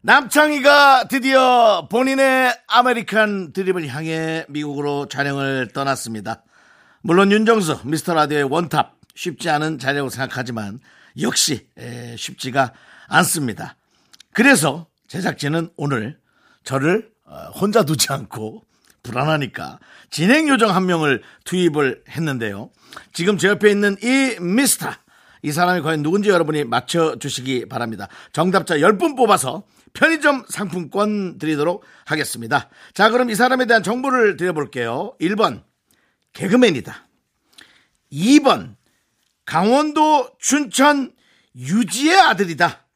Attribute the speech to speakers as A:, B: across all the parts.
A: 남창희가 드디어 본인의 아메리칸 드림을 향해 미국으로 촬영을 떠났습니다. 물론 윤정수 미스터 라디오의 원탑 쉽지 않은 자리라고 생각하지만 역시 에, 쉽지가 않습니다. 그래서 제작진은 오늘 저를 어, 혼자 두지 않고 불안하니까 진행 요정 한 명을 투입을 했는데요. 지금 제 옆에 있는 이 미스터 이 사람이 과연 누군지 여러분이 맞춰주시기 바랍니다. 정답자 10분 뽑아서 편의점 상품권 드리도록 하겠습니다. 자, 그럼 이 사람에 대한 정보를 드려볼게요. 1번, 개그맨이다. 2번, 강원도 춘천 유지의 아들이다.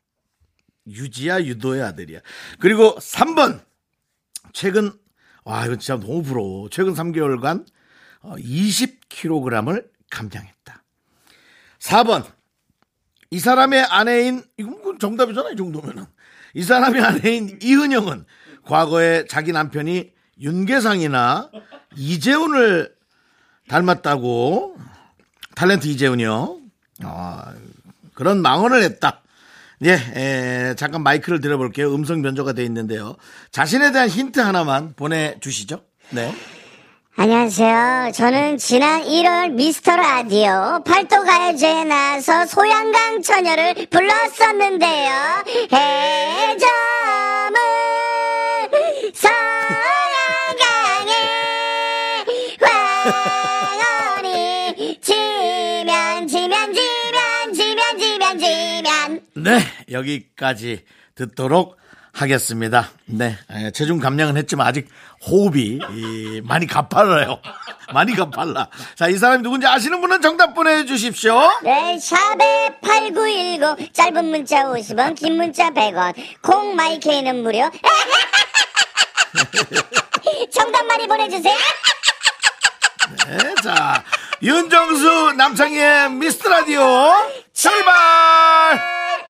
A: 유지야 유도의 아들이야. 그리고 3번 최근 와 이거 진짜 너무 부러워. 최근 3개월간 20kg을 감량했다. 4번 이 사람의 아내인 이건 정답이잖아 이 정도면은 이 사람의 아내인 이은영은 과거에 자기 남편이 윤계상이나 이재훈을 닮았다고 탤런트 이재훈이요. 아, 그런 망언을 했다. 예, 에, 잠깐 마이크를 들어볼게요. 음성 변조가 돼 있는데요. 자신에 대한 힌트 하나만 보내주시죠. 네.
B: 안녕하세요. 저는 지난 1월 미스터 라디오 팔도 가요제에 나와서 소양강 처녀를 불렀었는데요. 해저문 소양강에 왕언이 지면 지면 지면 지면 지면 지면
A: 네, 여기까지 듣도록 하겠습니다. 네, 에, 체중 감량은 했지만 아직 호흡이 이, 많이 가팔라요. 많이 가팔라. 자, 이 사람이 누군지 아시는 분은 정답 보내주십시오.
B: 네, 샵에 8910 짧은 문자 50원 긴 문자 100원 콩 마이케이는 무료 정답 많이 보내주세요
A: 네, 자, 윤정수 남창희의 미스터 라디오 출발!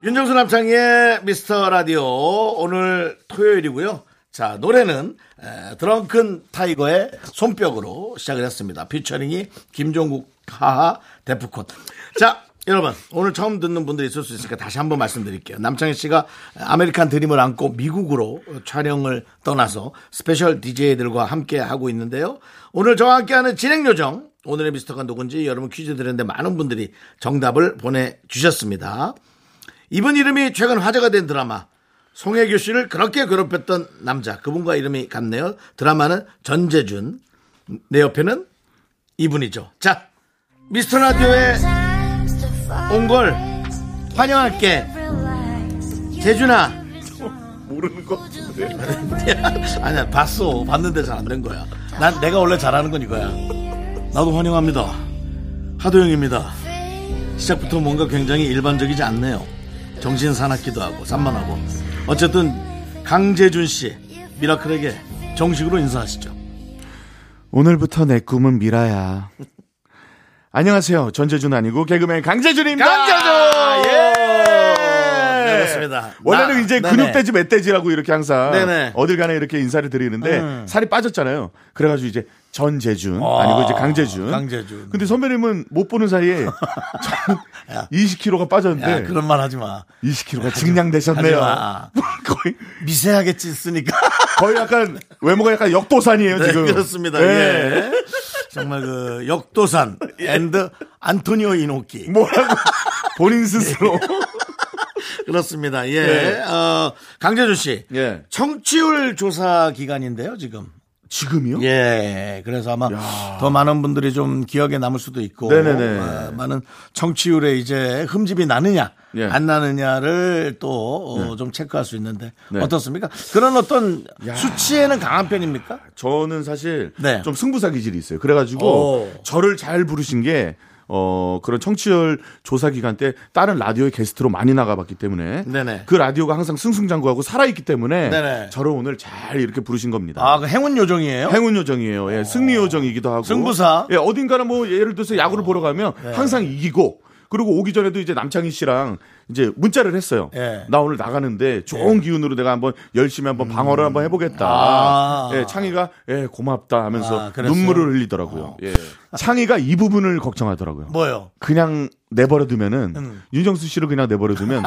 A: 윤정수 남창희의 미스터 라디오 오늘 토요일이고요. 자, 노래는 에, 드렁큰 타이거의 손뼉으로 시작을 했습니다. 피처링이 김종국 하하 데프콘. 자, 여러분 오늘 처음 듣는 분들이 있을 수 있으니까 다시 한번 말씀드릴게요. 남창희 씨가 아메리칸 드림을 안고 미국으로 촬영을 떠나서 스페셜 DJ들과 함께 하고 있는데요. 오늘 저와 함께하는 진행 요정 오늘의 미스터가 누군지 여러분 퀴즈 드렸는데 많은 분들이 정답을 보내주셨습니다. 이분 이름이 최근 화제가 된 드라마 송혜교 씨를 그렇게 괴롭혔던 남자 그분과 이름이 같네요. 드라마는 전재준 내 옆에는 이분이죠. 자 미스터 라디오의 온 걸 환영할게. 재준아. 모르는 거. 아니야 봤어 봤는데 잘 안 된 거야. 난 내가 원래 잘하는 건 이거야. 나도 환영합니다. 하도영입니다. 시작부터 뭔가 굉장히 일반적이지 않네요. 정신 사납기도 하고 산만하고. 어쨌든 강재준 씨 미라클에게 정식으로 인사하시죠.
C: 오늘부터 내 꿈은 미라야. 안녕하세요. 전재준 아니고 개그맨 강재준입니다.
A: 강재준! 예!
C: 네.
A: 그렇습니다. 나-
C: 원래는 이제
A: 네네.
C: 근육돼지 멧돼지라고 이렇게 항상
A: 네네. 음.
C: 어딜 가나 이렇게 인사를 드리는데 살이 빠졌잖아요. 그래가지고 이제 전재준 아니고 이제 강재준.
A: 강재준.
C: 근데 선배님은 못 보는 사이에 20kg가 빠졌는데
A: 야, 그런 말 하지 마.
C: 20kg가 증량되셨네요.
A: 하지
C: 거의
A: 미세하게 찢으니까.
C: 거의 약간 외모가 약간 역도산이에요
A: 네,
C: 지금.
A: 그렇습니다.
C: 예.
A: 예. 정말 그 역도산 앤드 안토니오 이노키.
C: 뭐라고 본인 스스로.
A: 그렇습니다. 예.
C: 예.
A: 어, 강재준 씨.
C: 예.
A: 청취율 조사 기간인데요, 지금.
C: 지금이요?
A: 예. 그래서 아마 더 많은 분들이 좀 기억에 남을 수도 있고
C: 네네네.
A: 어, 많은 청취율에 이제 흠집이 나느냐
C: 예.
A: 안 나느냐를 또 어, 좀 체크할 수 있는데
C: 네.
A: 어떻습니까? 그런 어떤 수치에는 강한 편입니까?
C: 저는 사실
A: 네.
C: 좀 승부사 기질이 있어요. 그래가지고
A: 오.
C: 저를 잘 부르신 게 어 그런 청취율 조사 기간 때 다른 라디오의 게스트로 많이 나가봤기 때문에
A: 네네.
C: 그 라디오가 항상 승승장구하고 살아있기 때문에
A: 네네.
C: 저를 오늘 잘 이렇게 부르신 겁니다.
A: 아, 그 행운 요정이에요? 어.
C: 행운 요정이에요. 예, 승리 요정이기도 하고.
A: 승부사. 네.
C: 예, 어딘가는 뭐 예를 들어서 야구를 보러 가면 항상 이기고 그리고 오기 전에도 이제 남창희 씨랑 이제 문자를 했어요.
A: 예.
C: 나 오늘 나가는데 좋은 기운으로 내가 한번 열심히 한번 방어를 한번 해보겠다.
A: 음. 아.
C: 예, 창희가 예, 고맙다 하면서
A: 아, 그랬어요?
C: 눈물을 흘리더라고요. 예. 창희가 이 부분을 걱정하더라고요.
A: 뭐요?
C: 그냥 내버려두면은
A: 음.
C: 윤정수 씨를 그냥 내버려두면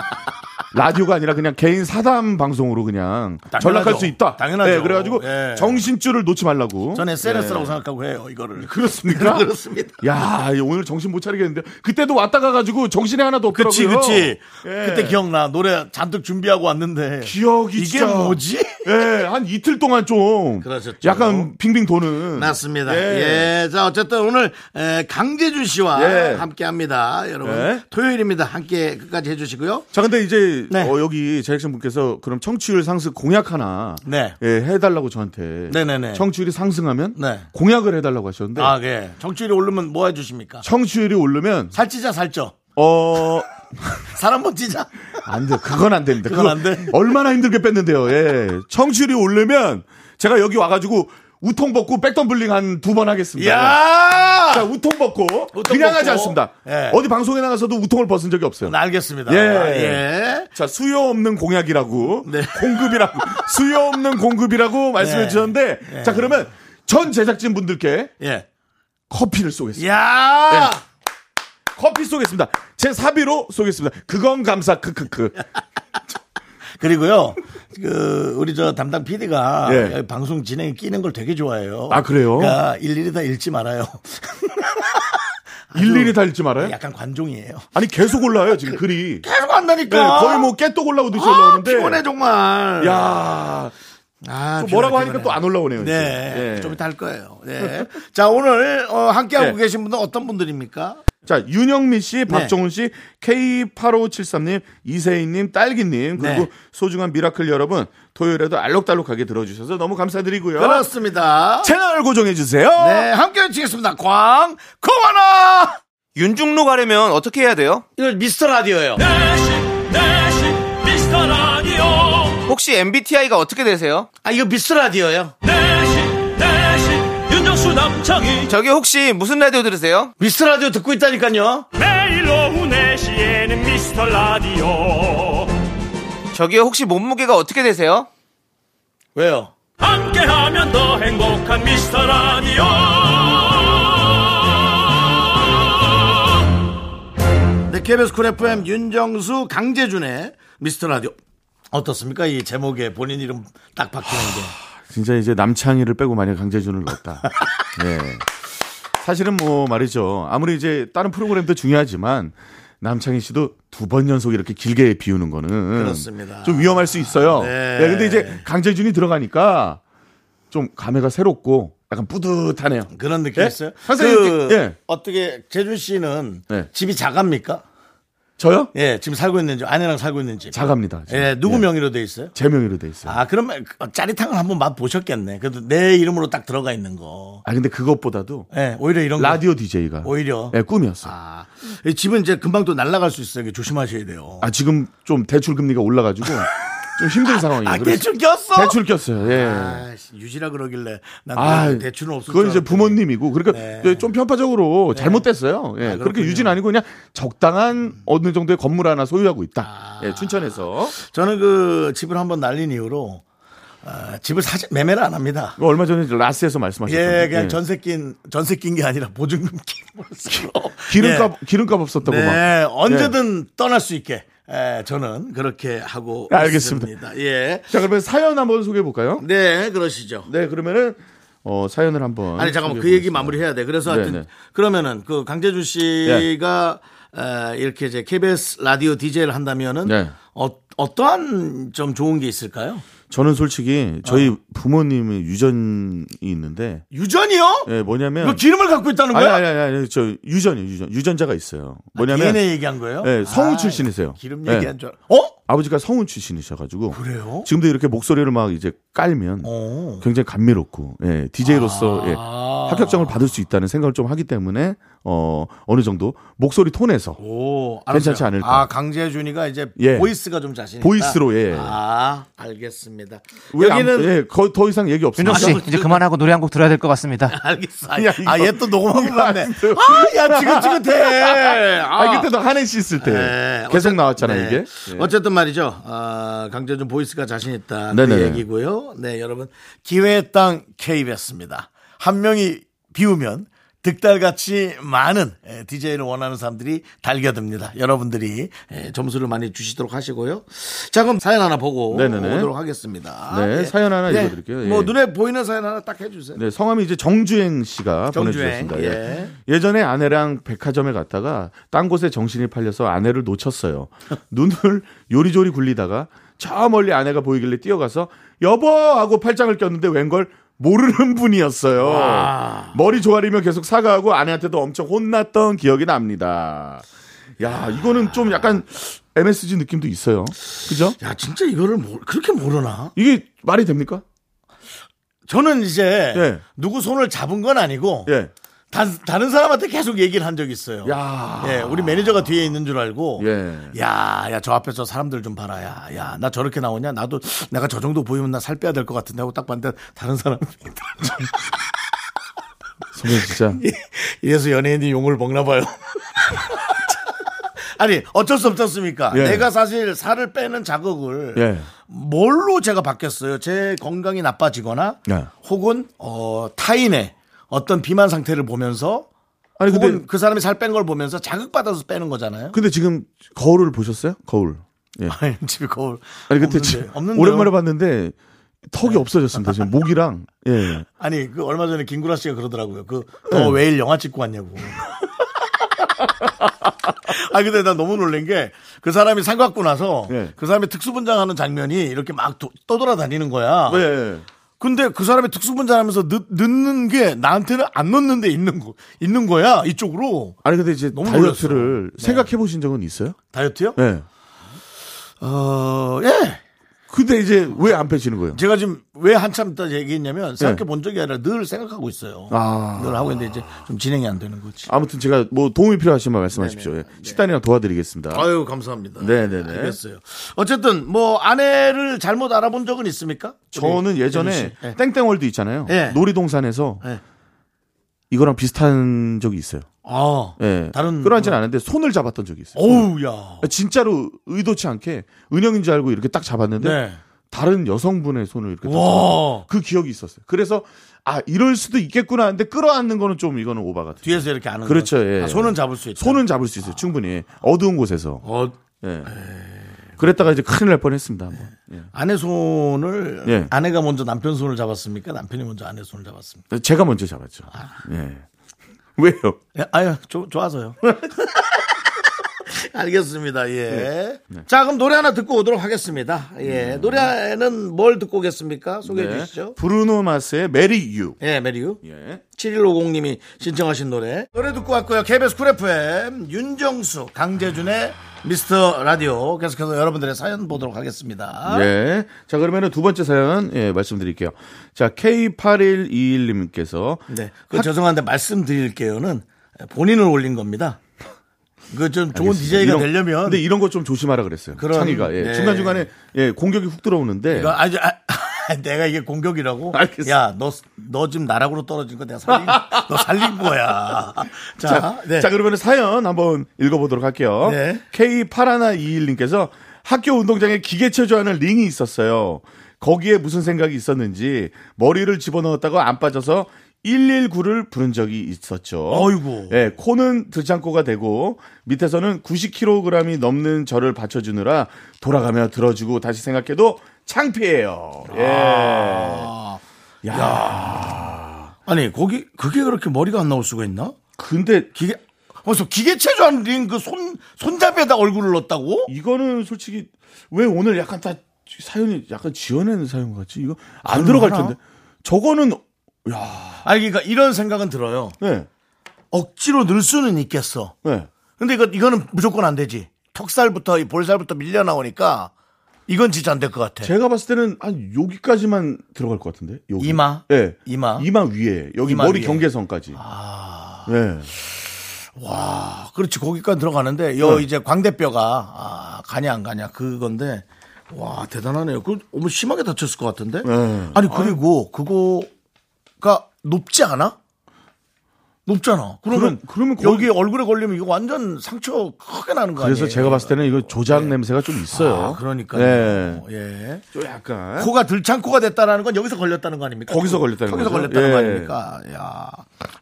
C: 라디오가 아니라 그냥 개인 사담 방송으로 그냥
A: 당연하죠.
C: 전락할 수 있다.
A: 당연하죠.
C: 예, 그래가지고
A: 예.
C: 정신줄을 놓지 말라고.
A: 전 SNS라고 생각하고 해요, 이거를.
C: 그렇습니까?
A: 그렇습니다.
C: 야, 이 오늘 정신 못 차리겠는데 그때도 왔다 가가지고 정신이 하나도 없더라고요.
A: 그치, 그치.
C: 예.
A: 그때 기억나. 노래 잔뜩 준비하고 왔는데.
C: 기억이
A: 이게
C: 진짜-
A: 뭐지?
C: 예, 한 이틀 동안 좀
A: 그러셨죠.
C: 약간 빙빙 도는.
A: 맞습니다.
C: 예.
A: 예. 자, 어쨌든 오늘 에, 강재준 씨와
C: 예.
A: 함께 합니다. 여러분.
C: 예.
A: 토요일입니다. 함께 끝까지 해주시고요.
C: 자, 근데 이제
A: 네.
C: 어, 여기 제작진 분께서 그럼 청취율 상승 공약 하나
A: 네.
C: 예, 해달라고 저한테
A: 네네네.
C: 청취율이 상승하면
A: 네.
C: 공약을 해달라고 하셨는데
A: 아, 예. 정치율이 오르면 뭐 해주십니까?
C: 청취율이 오르면
A: 살찌자, 살쪄.
C: 어.
A: 사람 못 찌자.
C: 안 돼. 그건 안 됩니다.
A: 그건
C: 그거
A: 안 돼?
C: 얼마나 힘들게 뺐는데요. 예. 청취율이 오르면 제가 여기 와가지고 우통 벗고 백덤블링 한 두 번 하겠습니다.
A: 야
C: 네. 자, 우통 벗고 그냥
A: 벗고.
C: 하지 않습니다.
A: 예.
C: 어디 방송에 나가서도 우통을 벗은 적이 없어요.
A: 알겠습니다.
C: 예.
A: 예.
C: 자, 수요 없는 공약이라고
A: 네.
C: 공급이라고 수요 없는 공급이라고 말씀해
A: 네.
C: 주셨는데 자, 그러면 전 제작진 분들께
A: 예.
C: 커피를 쏘겠습니다.
A: 야
C: 네. 커피 쏘겠습니다. 제 사비로 쏘겠습니다. 그건 감사 크크크.
A: 그리고요, 그, 우리 저 담당 PD가
C: 예.
A: 방송 진행에 끼는 걸 되게 좋아해요.
C: 아, 그래요?
A: 그러니까 일일이 다 읽지 말아요.
C: 일일이 다 읽지 말아요?
A: 약간 관종이에요.
C: 아니 계속 올라와요 지금 글이 네,
A: 계속 한다니까.
C: 거의 뭐 깨똑 올라오듯이
A: 그, 아,
C: 올라오는데
A: 피곤해 정말.
C: 야
A: 아,
C: 또
A: 피곤해,
C: 뭐라고 하니까
A: 피곤해.
C: 또 안 올라오네요 이제.
A: 네,
C: 예.
A: 좀 이따 할 거예요. 네. 자, 오늘 어, 함께하고
C: 네.
A: 계신 분은 어떤 분들입니까?
C: 자 윤영민
A: 네.
C: 씨 박정훈 씨 K8573님 이세희님 딸기님 그리고
A: 네.
C: 소중한 미라클 여러분 토요일에도 알록달록하게 들어주셔서 너무 감사드리고요
A: 그렇습니다.
C: 채널 고정해주세요
A: 네, 함께 해주시겠습니다. 광, 코하나
D: 윤중로 가려면 어떻게 해야 돼요?
A: 이거 미스터 라디오예요
E: 내시 내시 미스터 라디오
D: 혹시 MBTI가 어떻게 되세요?
A: 아, 이거 미스터 라디오예요
E: 내시 내시 윤정수 남창희
D: 저기 혹시 무슨 라디오 들으세요?
A: 미스터 라디오 듣고 있다니까요.
F: 매일 오후 4시에는 미스터 라디오
D: 저기 혹시 몸무게가 어떻게 되세요?
A: 왜요?
E: 함께하면 더 행복한 미스터 라디오
A: 네, KBS 쿨 FM 윤정수 강재준의 미스터 라디오. 어떻습니까? 이 제목에 본인 이름 딱 바뀌는 게.
C: 진짜 이제 남창희를 빼고 만약 강재준을 넣었다 네. 사실은 뭐 말이죠 아무리 이제 다른 프로그램도 중요하지만 남창희 씨도 두 번 연속 이렇게 길게 비우는 거는
A: 그렇습니다.
C: 좀 위험할 수 있어요.
A: 네.
C: 네. 근데 이제 강재준이 들어가니까 좀 감회가 새롭고 약간 뿌듯하네요.
A: 그런 느낌
C: 예?
A: 있어요?
C: 선생님,
A: 그,
C: 예.
A: 어떻게, 재준 씨는
C: 네.
A: 집이 작합니까?
C: 저요?
A: 예, 지금 살고 있는 집, 아내랑 살고 있는 집.
C: 자갑니다. 지금.
A: 예, 누구
C: 예.
A: 명의로 돼 있어요?
C: 제 명의로 돼 있어요. 아.
A: 아, 그러면 그 짜릿한 걸 한번 맛보셨겠네. 그래도 내 이름으로 딱 들어가 있는 거.
C: 아, 근데 그것보다도
A: 예, 오히려 이런 거.
C: 라디오 DJ가
A: 오히려.
C: 꿈이었어요.
A: 아,
C: 아.
A: 이 집은 이제 금방 또 날아갈 수 있어요. 이게 조심하셔야 돼요.
C: 아, 지금 좀 대출 금리가 올라가지고 좀 힘든 상황이에요.
A: 아,
C: 예, 그래서
A: 대출 꼈어?
C: 대출 꼈어요. 예.
A: 아이씨, 유지라 그러길래 난
C: 아,
A: 대출은 없을
C: 그건
A: 줄
C: 이제
A: 알았더니.
C: 부모님이고 그러니까
A: 네.
C: 예, 좀 편파적으로 잘못됐어요. 예, 그렇게
A: 그렇군요.
C: 유진 아니고 그냥
A: 음.
C: 적당한 어느 정도의 건물 하나 소유하고 있다.
A: 아.
C: 예, 춘천에서
A: 저는 그 집을 한번 날린 이후로 아, 집을 사지 매매를 안 합니다.
C: 그거 얼마 전에 라스에서 말씀하셨던
A: 예, 그냥 전세 낀 전세 낀 게 아니라 보증금 낀 걸로.
C: 기름값 기름값 없었다고
A: 예.
C: 막.
A: 네, 언제든 떠날 수 있게 예, 저는 그렇게 하고
C: 알겠습니다.
A: 있습니다. 예.
C: 자 그러면 사연 한번 소개해 볼까요?
A: 네, 그러시죠.
C: 네 그러면은 어, 사연을 한번
A: 아니 잠깐만 그
C: 소개해
A: 얘기
C: 보겠습니다.
A: 마무리해야 돼. 그래서
C: 네,
A: 하여튼
C: 네.
A: 그러면은 그 강재준 씨가 에, 이렇게 이제 KBS 라디오 DJ를 한다면은
C: 예. 네.
A: 어, 어떠한 좀 좋은 게 있을까요?
C: 저는 솔직히 저희
A: 아.
C: 부모님의 유전이 있는데
A: 유전이요?
C: 예,
A: 이거
C: 뭐냐면
A: 기름을 갖고 있다는
C: 아니
A: 거야? 아,
C: 아니 아니, 아니 저 유전이 유전 유전자가 있어요. 뭐냐면
A: DNA 얘기한 거예요?
C: 예, 성우
A: 아,
C: 출신이세요.
A: 기름
C: 예.
A: 얘기한 줄. 알- 어?
C: 아버지가 성운 출신이셔가지고
A: 그래요?
C: 지금도 이렇게 목소리를 막 이제 깔면
A: 어. 아.
C: 굉장히 감미롭고 예, DJ로서 예, 합격장을 받을 수 있다는 생각을 좀 하기 때문에 어, 어느 정도 목소리 톤에서
A: 오, 알았어요.
C: 괜찮지 않을까.
A: 아, 강재준이가 이제
C: 예.
A: 보이스가 좀 자신 있다.
C: 보이스로, 예.
A: 아, 알겠습니다.
C: 왜 안-
A: 여기는
C: 예, 거- 더 이상 얘기 없습니다.
A: 윤정수
G: 씨
A: 아, 저-
G: 이제 그만하고 노래 한 곡 들어야 될 것 같습니다.
A: 알겠어.
C: 야,
A: 아,
C: 이거-
A: 얘 또 녹음하고
C: 이거
A: 갔네.
C: 안 돼요.
A: 아, 야, 지긋지긋해. 아,
C: 아, 그때도 한혜 씨 있을 때
A: 네,
C: 계속
A: 어쨌-
C: 나왔잖아요,
A: 네.
C: 이게. 예.
A: 어쨌든 말이죠. 아, 강재준 보이스가 자신 있다. 그
C: 네네네.
A: 얘기고요. 네, 여러분. 기회의 땅 KBS입니다. 한 명이 비우면 득달같이 많은 DJ를 원하는 사람들이 달겨듭니다. 여러분들이 에, 점수를 많이 주시도록 하시고요. 자, 그럼 사연 하나 보고
C: 네네네.
A: 오도록 하겠습니다. 예.
C: 네, 사연 하나 읽어드릴게요. 예.
A: 뭐 눈에 보이는 사연 하나 딱 해주세요.
C: 네, 성함이 이제 정주행 씨가
A: 정주행,
C: 보내주셨습니다. 예. 예전에 아내랑 백화점에 갔다가 딴 곳에 정신이 팔려서 아내를 놓쳤어요. 눈을 요리조리 굴리다가 저 멀리 아내가 보이길래 뛰어가서 여보 하고 팔짱을 꼈는데 웬걸 모르는 분이었어요. 머리 조아리며 계속 사과하고 아내한테도 엄청 혼났던 기억이 납니다. 야, 이거는 좀 약간 MSG 느낌도 있어요. 그죠?
A: 야, 진짜 이거를 모- 그렇게 모르나?
C: 이게 말이 됩니까?
A: 저는 이제
C: 예.
A: 누구 손을 잡은 건 아니고
C: 예.
A: 다, 다른 사람한테 계속 얘기를 한 적이 있어요.
C: 야.
A: 예, 우리 매니저가 뒤에 있는 줄 알고.
C: 예.
A: 야, 야, 저 앞에서 사람들 좀 봐라. 야, 야, 나 저렇게 나오냐? 나도, 내가 저 정도 보이면 나 살 빼야 될 것 같은데 하고 딱 봤는데 다른 사람.
C: 선배 진짜.
A: 이래서 연예인이 용을 먹나 봐요. 아니, 어쩔 수 없지 않습니까?
C: 예.
A: 내가 사실 살을 빼는 자극을
C: 예.
A: 뭘로 제가 바뀌었어요? 제 건강이 나빠지거나
C: 예.
A: 혹은 어, 타인의 어떤 비만 상태를 보면서
C: 아니
A: 혹은
C: 근데
A: 그 사람이 살 뺀 걸 보면서 자극받아서 빼는 거잖아요.
C: 근데 지금 거울을 보셨어요? 거울. 예.
A: 아니, 집에 거울.
C: 아니 그때
A: 없는데, 없는데요. 네.
C: 오랜만에 봤는데 턱이 없어졌습니다. 지금 목이랑 예.
A: 아니 그 얼마 전에 김구라 씨가 그러더라고요.
C: 네.
A: 그너 왜일 영화 찍고 왔냐고. 아 근데 나 너무 놀란 게 그 사람이 상 갖고 나서
C: 예.
A: 그 사람이 특수분장하는 장면이 이렇게 막 도- 떠돌아다니는 거야.
C: 예, 예.
A: 근데 그 사람이 특수분장하면서 늦, 늦는 게 나한테는 안 넣는데 있는 거 있는 거야 이쪽으로
C: 아니 근데 이제
A: 너무 네.
C: 다이어트를 생각해 보신 적은 있어요?
A: 다이어트요?
C: 예.
A: 어 예.
C: 근데 이제 왜 안 빼시는 거예요?
A: 제가 지금 왜 한참 있다 얘기했냐면 생각해 본 적이 아니라 늘 생각하고 있어요.
C: 네. 아.
A: 늘 하고 있는데 이제 좀 진행이 안 되는 거지.
C: 아무튼 제가 뭐 도움이 필요하시면 말씀하십시오. 예. 식단이랑 도와드리겠습니다.
A: 네, 아유 감사합니다.
C: 네네네.
A: 알겠어요. 어쨌든 뭐 아내를 잘못 알아본 적은 있습니까?
C: 저는
A: 우리
C: 예전에
A: 재준 씨. 예.
C: 땡땡월드 있잖아요.
A: 예.
C: 놀이동산에서
A: 예.
C: 이거랑 비슷한 적이 있어요.
A: 아,
C: 예.
A: 다른
C: 그러진 않은데 손을 잡았던 적이 있어요.
A: 어우야.
C: 아, 진짜로 의도치 않게 은영인 줄 알고 이렇게 딱 잡았는데
A: 네.
C: 다른 여성분의 손을 이렇게
A: 와.
C: 그 기억이 있었어요. 그래서 아 이럴 수도 있겠구나 하는데 끌어안는 거는 좀 이거는 오바 같아요.
A: 뒤에서 이렇게 아는
C: 그렇죠,
A: 거죠.
C: 예.
A: 아, 손은 잡을 수 있다.
C: 손은 잡을 수 있어요. 충분히 어두운 곳에서.
A: 어,
C: 예. 그랬다가 이제 큰일 날 뻔했습니다. 한번. 예.
A: 아내 손을
C: 예.
A: 아내가 먼저 남편 손을 잡았습니까? 남편이 먼저 아내 손을 잡았습니까?
C: 제가 먼저 잡았죠.
A: 아.
C: 예. 왜요?
A: 예, 아유 좋- 좋아서요. 알겠습니다. 예. 자 그럼 노래 하나 듣고 오도록 하겠습니다. 예. 노래는 뭘 듣고 오겠습니까? 소개해
C: 네.
A: 주시죠.
C: 브루노 마스의 메리 유.
A: 예, 메리유.
C: 예.
A: 7150님이 신청하신 노래 노래 듣고 왔고요 KBS 쿨 FM 윤정수 강재준의 미스터 라디오 계속해서 여러분들의 사연 보도록 하겠습니다
C: 예. 자, 그러면은 두 번째 사연, 예, 말씀드릴게요. 자, K8121님께서.
A: 네, 그 죄송한데 말씀드릴게요는 본인을 올린 겁니다 그 좀 좋은 DJ가
C: 이런-
A: 되려면
C: 근데 이런 거 좀 조심하라 그랬어요.
A: 그런-
C: 창의가. 예.
A: 네.
C: 중간중간에, 예, 공격이 훅 들어오는데.
A: 이거 아주 아, 내가 이게 공격이라고
C: 네. 알겠어.
A: 야너 너 지금 나락으로 떨어진 거 내가 살린 너 살린 거야 자,
C: 자,
A: 네.
C: 자 그러면 사연 한번 읽어보도록 할게요.
A: 네.
C: K8121님께서 학교 운동장에 기계체 조하는 링이 있었어요. 거기에 무슨 생각이 있었는지 머리를 집어넣었다가 안 빠져서 119를 부른 적이 있었죠.
A: 어이구.
C: 예, 코는 들창코가 되고 밑에서는 90kg이 넘는 저를 받쳐주느라 돌아가며 들어주고 다시 생각해도 창피해요. 예.
A: 아. 아니 거기 그게 그렇게 머리가 안 나올 수가 있나
C: 근데
A: 기계 벌써 기계 체조한 링그손 손잡이에다 얼굴을 넣었다고?
C: 이거는 솔직히 왜 오늘 약간 다 사연이 약간 지어낸 사연 같지? 이거 안 들어갈
A: 가능하나?
C: 텐데. 저거는
A: 아니 그러니까 이런 생각은 들어요.
C: 네.
A: 억지로 늘 수는 있겠어.
C: 네.
A: 근데 이거 이거는 무조건 안 되지. 턱살부터 이 볼살부터 밀려 나오니까 이건 진짜 안 될 것 같아.
C: 제가 봤을 때는 한 여기까지만 들어갈 것 같은데. 여기.
A: 이마?
C: 예.
A: 이마? 아.
C: 이마 위에 여기
A: 이마
C: 머리
A: 위에.
C: 경계선까지. 예.
A: 와, 아, 그렇지. 거기까지 들어가는데,
C: 네.
A: 여 이제 광대뼈가, 아, 가냐, 안 가냐, 그건데, 와, 대단하네요. 그, 어머, 심하게 다쳤을 것 같은데?
C: 네.
A: 아니, 그리고, 그거가 높지 않아? 높잖아. 그러면,
C: 그럼- 그러면 거의-
A: 여기 얼굴에 걸리면 이거 완전 상처 크게 나는 거 아니에요? 네.
C: 그래서 제가 봤을 때는 이거 조작 냄새가 좀 있어요.
A: 아, 그러니까요.
C: 예.
A: 예.
C: 좀 약간.
A: 코가 들창코가 됐다라는 건 여기서 걸렸다는 거 아닙니까?
C: 거기서 걸렸다는
A: 거기서
C: 거죠?
A: 걸렸다는 거
C: 예.
A: 아닙니까? 야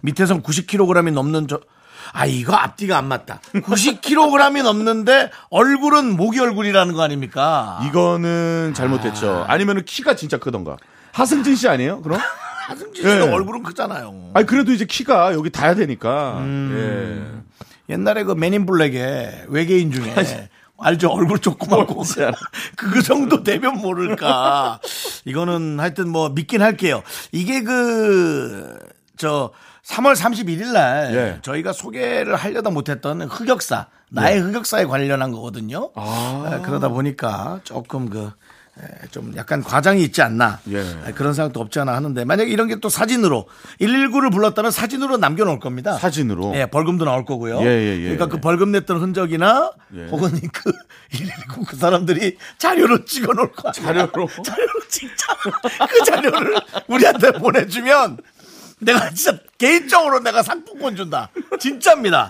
A: 밑에선 90kg이 넘는 저. 아 이거 앞뒤가 안 맞다. 90kg이 넘는데 얼굴은 모기 얼굴이라는 거 아닙니까?
C: 이거는 잘못됐죠. 아니면은 키가 진짜 크던가. 하승진 씨 아니에요? 그럼?
A: 하승진 씨도
C: 예.
A: 얼굴은 크잖아요.
C: 아니 그래도 이제 키가 여기 닿아야 되니까. 예.
A: 옛날에 그 맨인블랙에 외계인 중에 알죠 얼굴 조그맣고 그 정도 되면 모를까 이거는 하여튼 뭐 믿긴 할게요 이게 그 저 3월 31일 날
C: 예.
A: 저희가 소개를 하려다 못했던 흑역사 나의 흑역사에 관련한 거거든요
C: 아.
A: 에, 그러다 보니까 조금 그 좀 약간 과장이 있지 않나
C: 예.
A: 에, 그런 생각도 없지 않아 하는데 만약에 이런 게 또 사진으로 119를 불렀다면 사진으로 남겨놓을 겁니다
C: 사진으로?
A: 예, 벌금도 나올 거고요.
C: 예, 예, 예.
A: 그러니까 그 벌금 냈던 흔적이나
C: 예.
A: 혹은 그, 119, 그 사람들이 자료로 찍어 놓을 거야.
C: 자료로?
A: 자료로 찍자. 그 자료를 우리한테 보내주면 내가 진짜 개인적으로 내가 상품권 준다. 진짜입니다.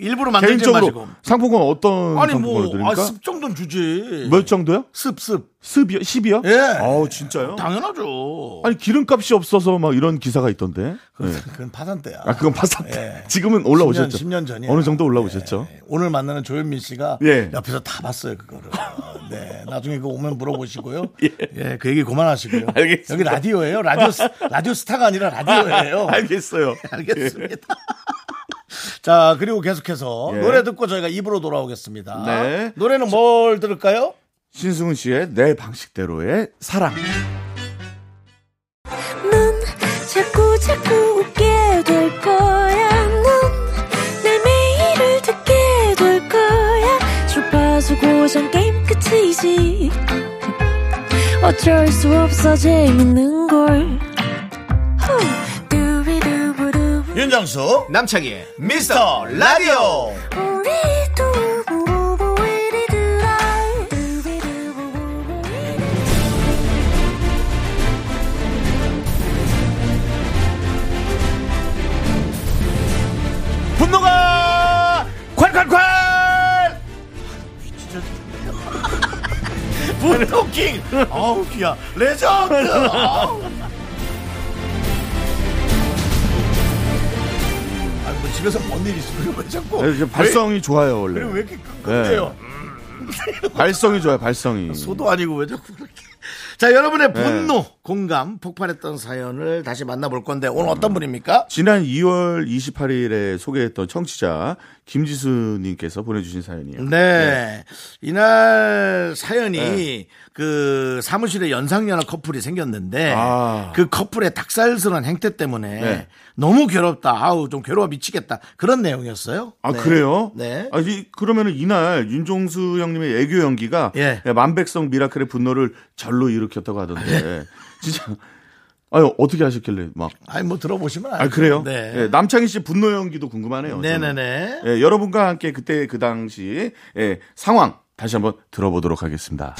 A: 일부러 만들지 마시고.
C: 개인적으로 상품권 어떤
A: 아니,
C: 상품권을
A: 뭐,
C: 드립니까?
A: 아, 습 정도는 주지.
C: 몇 정도요?
A: 습, 습.
C: 습이요? 10이요?
A: 예.
C: 아우 진짜요?
A: 당연하죠.
C: 아니 기름값이 없어서 막 이런 기사가 있던데. 예.
A: 그건 파산 때야.
C: 아 그건 봤었다.
A: 예.
C: 지금은 올라오셨죠.
A: 10년, 10년 전이에요. 예.
C: 어느 정도 올라오셨죠.
A: 오늘 만나는 조현민 씨가
C: 예.
A: 옆에서 다 봤어요 그거를. 네, 나중에 그거 오면 물어보시고요. 예. 그 얘기 그만하시고요.
C: 알겠습니다.
A: 여기 라디오예요. 라디오 스- 라디오 스타가 아니라 라디오예요.
C: 알겠어요.
A: 알겠습니다. 자 그리고 계속해서
C: 예.
A: 노래 듣고 저희가 입으로 돌아오겠습니다.
C: 네.
A: 노래는 뭘 들을까요?
C: 신승훈 씨의 내 방식대로의 사랑.
H: 넌 자꾸 자꾸 웃게 될 거야. 넌내 매일을 듣게 될 거야. 주파수 고정 게임 끝이지. 어쩔 수 없어 재밌는 걸. 후. 두비두부두부.
A: 윤정수 남창희 미스터 라디오.
H: 우리 두부부부 우리들아. 두비두부부부 우리들아.
C: 분노가 콸콸콸!
A: 분노킹. 아우 귀야. 레전드. 아우. 아, 뭐 집에서 뭔일 이 있으면 왜 자꾸
C: 네, 이제 발성이 네. 좋아요 원래.
A: 어, 왜, 왜 이렇게 끈끈해요?
C: 발성이 좋아요 발성이.
A: 소도 아니고 왜 자꾸 그렇게. 자,
C: 네.
A: 여러분의 분노, 공감, 폭발했던 사연을 다시 만나볼 건데 오늘 어떤 분입니까?
C: 지난 2월 28일에 소개했던 청취자 김지수님께서 보내주신 사연이에요.
A: 네.
C: 예.
A: 이날 사연이 그 사무실에 연상연하 커플이 생겼는데
C: 아.
A: 그 커플의 닭살스러운 행태 때문에
C: 네.
A: 너무 괴롭다. 아우, 좀 괴로워 미치겠다. 그런 내용이었어요.
C: 아
A: 네.
C: 그래요?
A: 네.
C: 아, 이, 그러면은 이날 윤종수 형님의 애교 연기가
A: 예.
C: 만백성 미라클의 분노를 절로 일으켰다고
A: 아, 네.
C: 하던데 진짜 아유 어떻게 하셨길래 막 아
A: 아니, 뭐 들어보시면 알죠.
C: 그래요?
A: 네.
C: 예, 남창희 씨 분노 연기도 궁금하네요. 저는.
A: 네네네.
C: 예, 여러분과 함께 그때 그 당시 예, 상황 다시 한번 들어보도록 하겠습니다.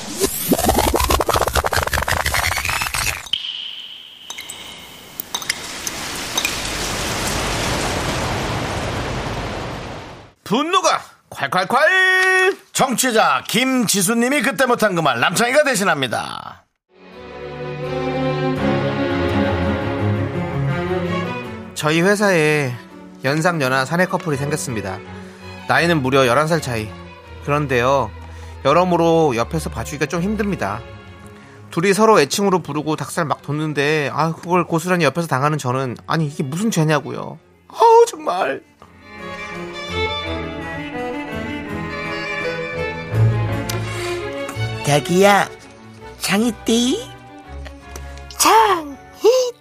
D: 분노가 콸콸콸!
A: 정취자 김지수님이 그때 못한 그 말 남창희가 대신합니다.
D: 저희 회사에 연상연하 사내 커플이 생겼습니다. 나이는 무려 11살 차이. 그런데요, 여러모로 옆에서 봐주기가 좀 힘듭니다. 둘이 서로 애칭으로 부르고 닭살 막 돋는데, 아, 그걸 고스란히 옆에서 당하는 저는, 아니, 이게 무슨 죄냐고요. 아우, 정말.
I: 자기야, 장이띠? 장이띠!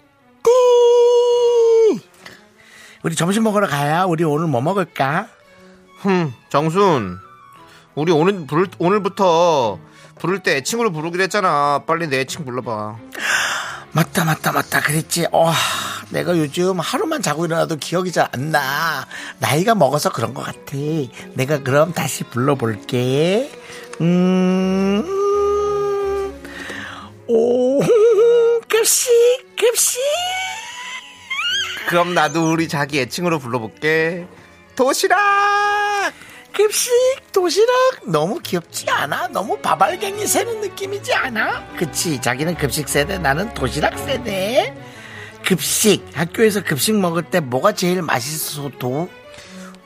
A: 우리 점심 먹으러 가야 우리 오늘 뭐 먹을까?
D: 흠, 정순. 우리 오늘 부를, 오늘부터 부를 때 애칭으로 부르기로 했잖아. 빨리 내 애칭 불러봐.
A: 맞다 맞다 맞다 그랬지 와
I: 어, 내가 요즘 하루만 자고 일어나도 기억이 잘 안 나. 나이가 먹어서 그런 것 같아. 내가 그럼 다시 불러볼게. 음, 오, 급식, 급식.
D: 그럼 나도 우리 자기 애칭으로 불러볼게. 도시락!
I: 급식, 도시락. 너무 귀엽지 않아? 너무 바발갱이 세는 느낌이지 않아? 그치. 자기는 급식 세대, 나는 도시락 세대. 급식. 아, 학교에서 급식 먹을 때 뭐가 제일 맛있어도?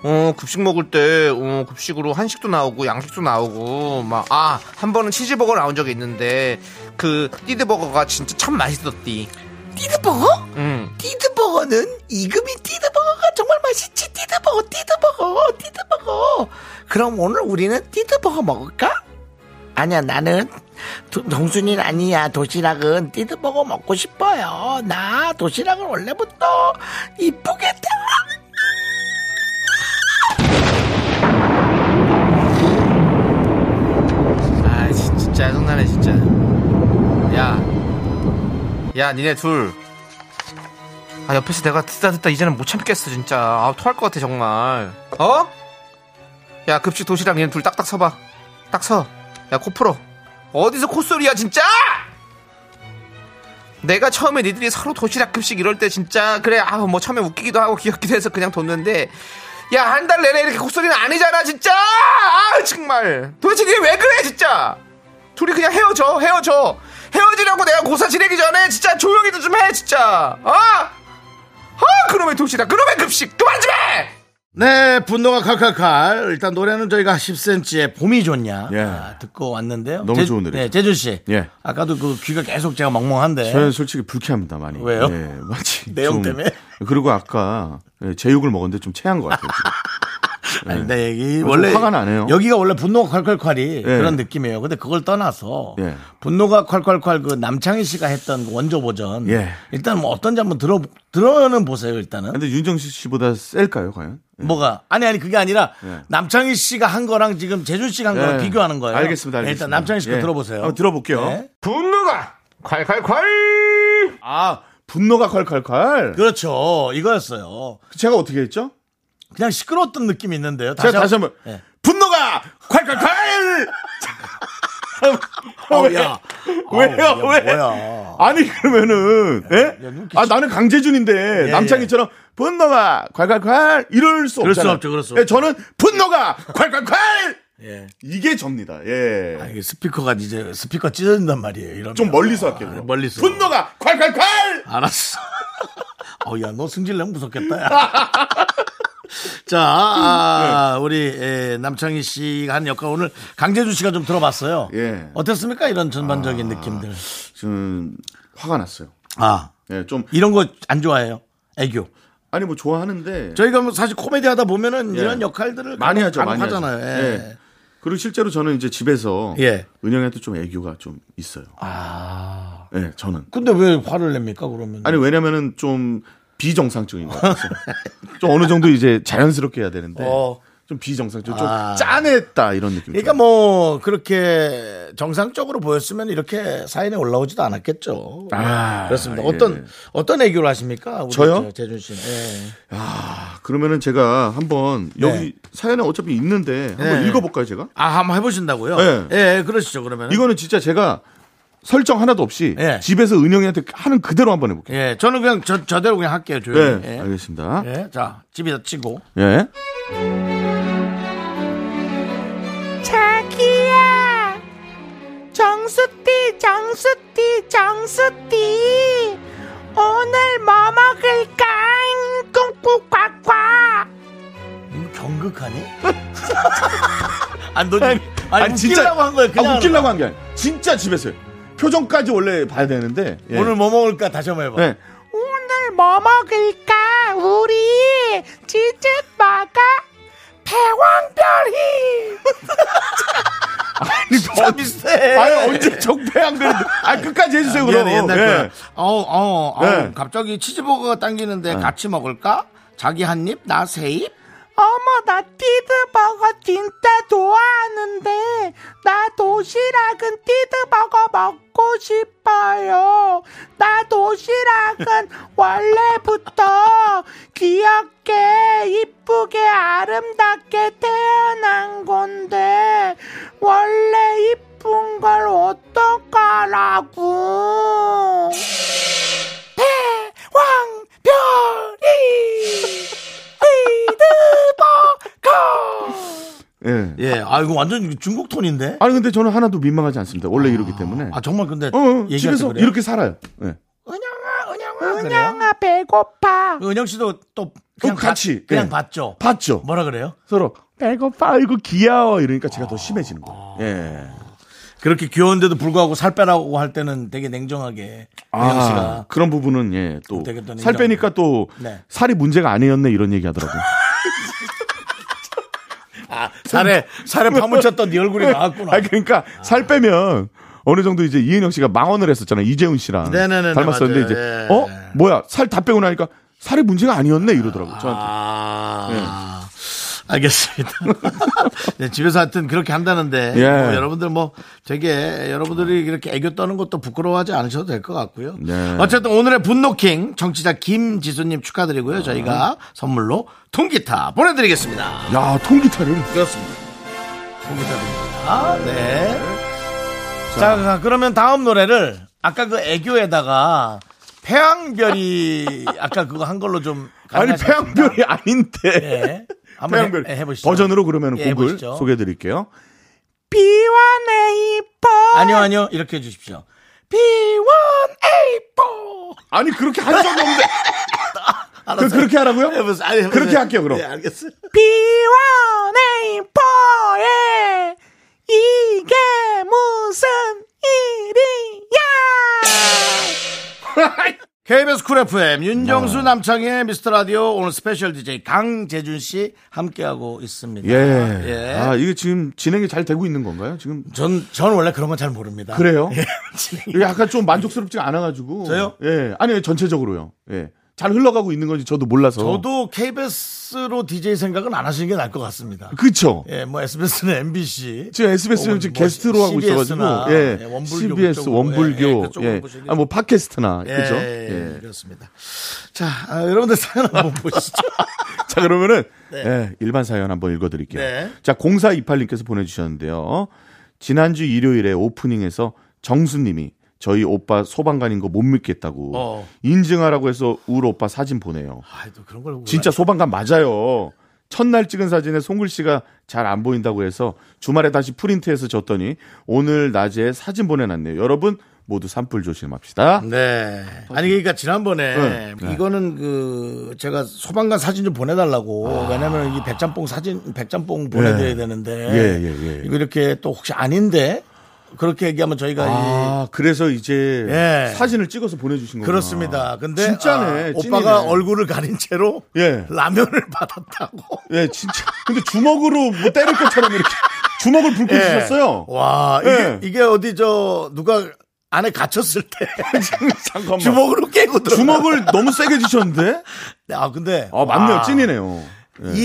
D: 어, 급식 먹을 때, 어, 급식으로 한식도 나오고, 양식도 나오고, 막, 아, 한 번은 치즈버거 나온 적이 있는데, 그, 띠드버거가 진짜 참 맛있었디.
I: 띠드버거?
D: 음.
I: 띠드버거는 이금희 띠드버거가 정말 맛있지. 띠드버거, 띠드버거, 띠드버거. 그럼 오늘 우리는 띠드버거 먹을까? 아니야, 나는 도- 동순이는 아니야. 도시락은 띠드버거 먹고 싶어요. 나 도시락은 원래부터 이쁘게 다
D: 아, 진짜 짜증나네, 진짜. 야. 야, 니네 둘. 아, 옆에서 내가 듣다 듣다 이제는 못 참겠어, 진짜. 아, 토할 것 같아, 정말. 어? 야, 급식 도시락 니네 둘 딱딱 서봐. 딱 서. 야, 코 풀어. 어디서 콧소리야, 진짜! 내가 처음에 니들이 서로 도시락 급식 이럴 때 진짜, 그래, 아, 뭐 처음에 웃기기도 하고 귀엽기도 해서 그냥 뒀는데, 야, 한 달 내내 이렇게 콧소리는 아니잖아, 진짜! 아, 정말. 도대체 니네 왜 그래, 진짜! 둘이 그냥 헤어져, 헤어져. 헤어지라고 내가 고사 지내기 전에 진짜 조용히도 좀 해, 진짜. 어? 아, 그놈의 도시락, 그놈의 급식, 그만 좀 해!
A: 네, 분노가 칼칼칼. 일단 노래는 저희가 10cm의 봄이 좋냐
C: 예.
A: 아, 듣고 왔는데요.
C: 너무 좋은 노래죠.
A: 네, 제주 씨.
C: 예.
A: 아까도 그 귀가 계속 제가 멍멍한데.
C: 저는 솔직히 불쾌합니다 많이.
A: 네. 왜요?
C: 예, 마치
A: 내용
C: 좀-
A: 때문에?
C: 그리고 아까 예, 제육을 먹었는데 좀 체한 것 같아요. 지금.
A: 아니, 내 얘기
C: 좀
A: 네, 원래
C: 예. 화가 나네요.
A: 여기가 원래 분노가 콸콸콸이 그런 느낌이에요. 근데 그걸 떠나서
C: 예.
A: 분노가 콸콸콸 그 남창희 씨가 했던 그 원조 버전.
C: 예.
A: 일단 뭐 어떤지 한번 들어 들어는 보세요. 일단은
C: 근데 윤정수 씨보다 셀까요, 과연? 예.
A: 뭐가 아니 아니 그게 아니라
C: 예.
A: 남창희 씨가 한 거랑 지금 재준 씨가 한 거랑
C: 예.
A: 비교하는 거예요.
C: 알겠습니다.
A: 네,
C: 알겠습니다.
A: 일단 남창희 씨거
C: 예.
A: 들어보세요.
C: 한번 들어볼게요.
A: 네.
D: 분노가! 콸콸콸!
C: 아 분노가 콸콸콸.
A: 그렇죠. 이거였어요.
C: 제가 어떻게 했죠?
A: 그냥 시끄러웠던 느낌이 있는데요.
C: 제가 다시 한번
A: 예.
C: 분노가 콸콸콸.
A: 아우,
C: 왜?
A: 어, 야.
C: 왜요?
A: 아우, 야,
C: 왜?
A: 뭐야.
C: 아니 그러면은 예?
A: 야, 눈
C: 아 나는 강재준인데
A: 예,
C: 남창희처럼 분노가 콸콸콸 이럴 수
A: 그럴 수
C: 없잖아요.
A: 없죠, 그럴 수
C: 예,
A: 없죠.
C: 저는 분노가 콸콸콸
A: 예.
C: 이게 접니다. 예.
A: 아, 이게 스피커가 이제 스피커 찢어진단 말이에요. 이러면.
C: 좀 멀리서 할게요. 그럼.
A: 멀리서.
C: 분노가 콸콸콸.
A: 알았어. 어, 야, 너 승질내면 무섭겠다. 야. 자, 아,
C: 네.
A: 우리 에, 남창희 씨가 한 역할 오늘 강재준 씨가 좀 들어봤어요.
C: 예. 아.
A: 어땠습니까? 이런 전반적인 느낌들.
C: 지금 화가 났어요.
A: 아,
C: 예, 좀
A: 이런 거 안 좋아해요? 애교.
C: 아니 뭐 좋아하는데
A: 저희가 뭐 사실 코미디 하다 보면은
C: 예.
A: 이런 역할들을
C: 많이 하죠. 많이
A: 하잖아요.
C: 하죠. 예. 그리고 실제로 저는 이제 집에서
A: 예.
C: 은영이한테 좀 애교가 좀 있어요.
A: 아.
C: 예, 저는.
A: 근데 왜 화를 냅니까 그러면?
C: 아니 왜냐면은 좀 비정상적인 것 같아서 좀 어느 정도 이제 자연스럽게 해야 되는데
A: 어.
C: 좀 비정상적 좀
A: 아.
C: 짠했다 이런 느낌.
A: 그러니까 뭐 그렇게 정상적으로 보였으면 이렇게 사인에 올라오지도 않았겠죠.
C: 아,
A: 그렇습니다.
C: 예.
A: 어떤 어떤 애교를 하십니까? 우리
C: 저요?
A: 저 재준 씨는. 예.
C: 그러면은 제가 한번
A: 네.
C: 여기 사연은 어차피 있는데 한번
A: 네.
C: 읽어볼까요 제가?
A: 아, 한번 해보신다고요?
C: 예.
A: 예, 예, 그러시죠 그러면.
C: 이거는 진짜 제가 설정 하나도 없이
A: 예.
C: 집에서 은영이한테 하는 그대로 한번 해볼게요.
A: 예, 저는 그냥 저 저대로 그냥 할게요
C: 네,
A: 조용히. 예.
C: 알겠습니다.
A: 예, 자 집에다 치고.
C: 예.
H: 자기야 정수띠 정수띠 정수띠 오늘 뭐 먹을까 꿍꿍꽉꽉
A: 이거 경극하니? 안 도지. 아니,
C: 아니,
A: 웃기려고
C: 진짜-
A: 한 거예요. 그냥
C: 아, 웃기려고 한 게 아니라 진짜 집에서요. 표정까지 원래 봐야 되는데 예.
A: 오늘 뭐 먹을까 다시 한번 해봐.
C: 예.
H: 오늘 뭐 먹을까 우리 지읒마가 대왕별이
A: 진짜 비슷해.
C: 아니 언제 정패한 그래도 아 끝까지 해주세요 그럼.
A: 미안해 옛날
C: 예.
A: 거야. 어우 어우 어우
C: 예.
A: 갑자기 치즈버거가 당기는데 같이 먹을까? 자기 한 입, 나 세 입.
H: 어머 나 피드버거 진짜 좋아하는데 나 도시락은 띠드버거 먹고 싶어요. 나 도시락은 원래부터 귀엽게, 이쁘게, 아름답게 태어난 건데, 원래 이쁜 걸 어떡하라고. 대왕별이 띠드버거!
C: 예.
A: 예, 아 이거 완전 중국 톤인데.
C: 아니 근데 저는 하나도 민망하지 않습니다. 원래 이러기 때문에.
A: 아 정말 근데
C: 어, 어,
A: 얘기할 때
C: 집에서
A: 그래요?
C: 이렇게 살아요. 예.
A: 은영아, 은영아, 그래요?
H: 은영아 배고파
A: 은영 씨도 또 그냥
C: 그럼 같이,
A: 봤- 그냥
C: 예.
A: 봤죠.
C: 봤죠.
A: 뭐라 그래요?
C: 서로 배고파 이거 귀여워 이러니까 제가 더 심해지는 거예요.
A: 아.
C: 예.
A: 그렇게 귀여운데도 불구하고 살 빼라고 할 때는 되게 냉정하게 은영
C: 아,
A: 씨가
C: 그런 부분은 예, 또
A: 되게 또
C: 살
A: 냉정-
C: 빼니까 또
A: 네.
C: 살이 문제가 아니었네 이런 얘기 하더라고.
A: 살에 살에 파묻혔던 네 얼굴이 나왔구나.
C: 아 그러니까 살 빼면 어느 정도 이제 이은영 씨가 망언을 했었잖아요. 이재훈 씨랑
A: 네네네네,
C: 닮았었는데
A: 맞아요.
C: 이제
A: 예.
C: 어 뭐야 살 다 빼고 나니까 살이 문제가 아니었네 이러더라고. 요 저한테
A: 아, 알겠습니다. 네, 집에서 하여튼 그렇게 한다는데
C: 예.
A: 뭐 여러분들 뭐 되게 여러분들이 이렇게 애교 떠는 것도 부끄러워하지 않으셔도 될 것 같고요.
C: 네.
A: 어쨌든 오늘의 분노킹 정치자 김지수님 축하드리고요. 저희가 선물로 통기타 보내드리겠습니다.
C: 야 통기타를
A: 그렇습니다. 통기타입니다. 네. 자, 자, 그러면 다음 노래를 아까 그 애교에다가 태양별이 아까 그거 한 걸로 좀
C: 아니
A: 가능하지
C: 폐양별이 아닌데
A: 예. 한번
C: 폐양별
A: 해, 보시죠
C: 버전으로 그러면
A: 예,
C: 곡을
A: 해보시죠.
C: 소개해드릴게요.
H: B1A4
A: 아니요, 아니요. 이렇게 해 주십시오.
H: B1A4
C: 아니 그렇게 한 적이 없는데 그, 그렇게 하라고요?
A: 해보세요. 아니, 해보세요.
C: 그렇게 할게요, 그럼.
A: 예, 알겠어요.
H: B1A4에 이게 무슨 일이야
A: KBS 쿨 FM 윤정수
C: 어.
A: 남창의 미스터 라디오 오늘 스페셜 DJ 강재준 씨 함께하고 있습니다.
C: 예. 아 이게 지금 진행이 잘 되고 있는 건가요? 지금
A: 전, 전 원래 그런 건 잘 모릅니다.
C: 그래요?
A: 예, 진행이-
C: 이게 약간 좀 만족스럽지가 않아가지고.
A: 저요?
C: 예. 아니, 전체적으로요. 예. 잘 흘러가고 있는 건지 저도 몰라서.
A: 저도 KBS로 DJ 생각은 안 하시는 게 나을 것 같습니다.
C: 그쵸.
A: 예, 뭐 SBS는 MBC.
C: 지금 SBS는
A: 혹은
C: 지금
A: 뭐
C: 게스트로 하고 있어가지고.
A: CBS 나,
C: 예.
A: 원불교
C: CBS,
A: 그쪽으로, 예, 예,
C: 원불교. 예.
A: 그쪽으로 보시는
C: 아, 뭐, 팟캐스트나.
A: 예,
C: 그죠?
A: 예,
C: 예.
A: 그렇습니다. 자, 아, 여러분들 사연 한번 보시죠.
C: 자, 그러면은
A: 네.
C: 예, 일반 사연 한번 읽어드릴게요.
A: 네.
C: 자, 0428님께서 보내주셨는데요. 지난주 일요일에 오프닝에서 정수님이 저희 오빠 소방관인 거 못 믿겠다고
A: 어.
C: 인증하라고 해서 울 오빠 사진 보내요.
A: 아, 또 그런 걸 몰라.
C: 진짜 소방관 맞아요. 첫날 찍은 사진에 송글씨가 잘 안 보인다고 해서 주말에 다시 프린트해서 줬더니 오늘 낮에 사진 보내놨네요. 여러분 모두 산불 조심합시다.
A: 네. 아니 그러니까 지난번에
C: 네, 네.
A: 이거는 그 제가 소방관 사진 좀 보내달라고
C: 아.
A: 왜냐면 이 백짬뽕 사진 백짬뽕 보내드려야 되는데
C: 예, 예, 예.
A: 이거 이렇게 또 혹시 아닌데 그렇게 얘기하면 저희가
C: 아 그래서 이제
A: 예.
C: 사진을 찍어서
A: 이-
C: 보내주신 거구나.
A: 그렇습니다. 근데
C: 진짜네.
A: 아,
C: 찐이네.
A: 오빠가 얼굴을 가린 채로
C: 예.
A: 라면을 받았다고.
C: 예, 진짜. 근데 주먹으로 뭐 때릴 것처럼 이렇게 주먹을 불고
A: 예.
C: 주셨어요.
A: 와
C: 예.
A: 이게, 이게 어디 저 누가 안에 갇혔을 때
C: 잠깐만. 주먹.
A: 주먹으로 깨고 들어.
C: 주먹을 너무 세게 주셨는데?
A: 아 근데
C: 아, 맞네요. 예.
A: 와.
C: 찐이네요.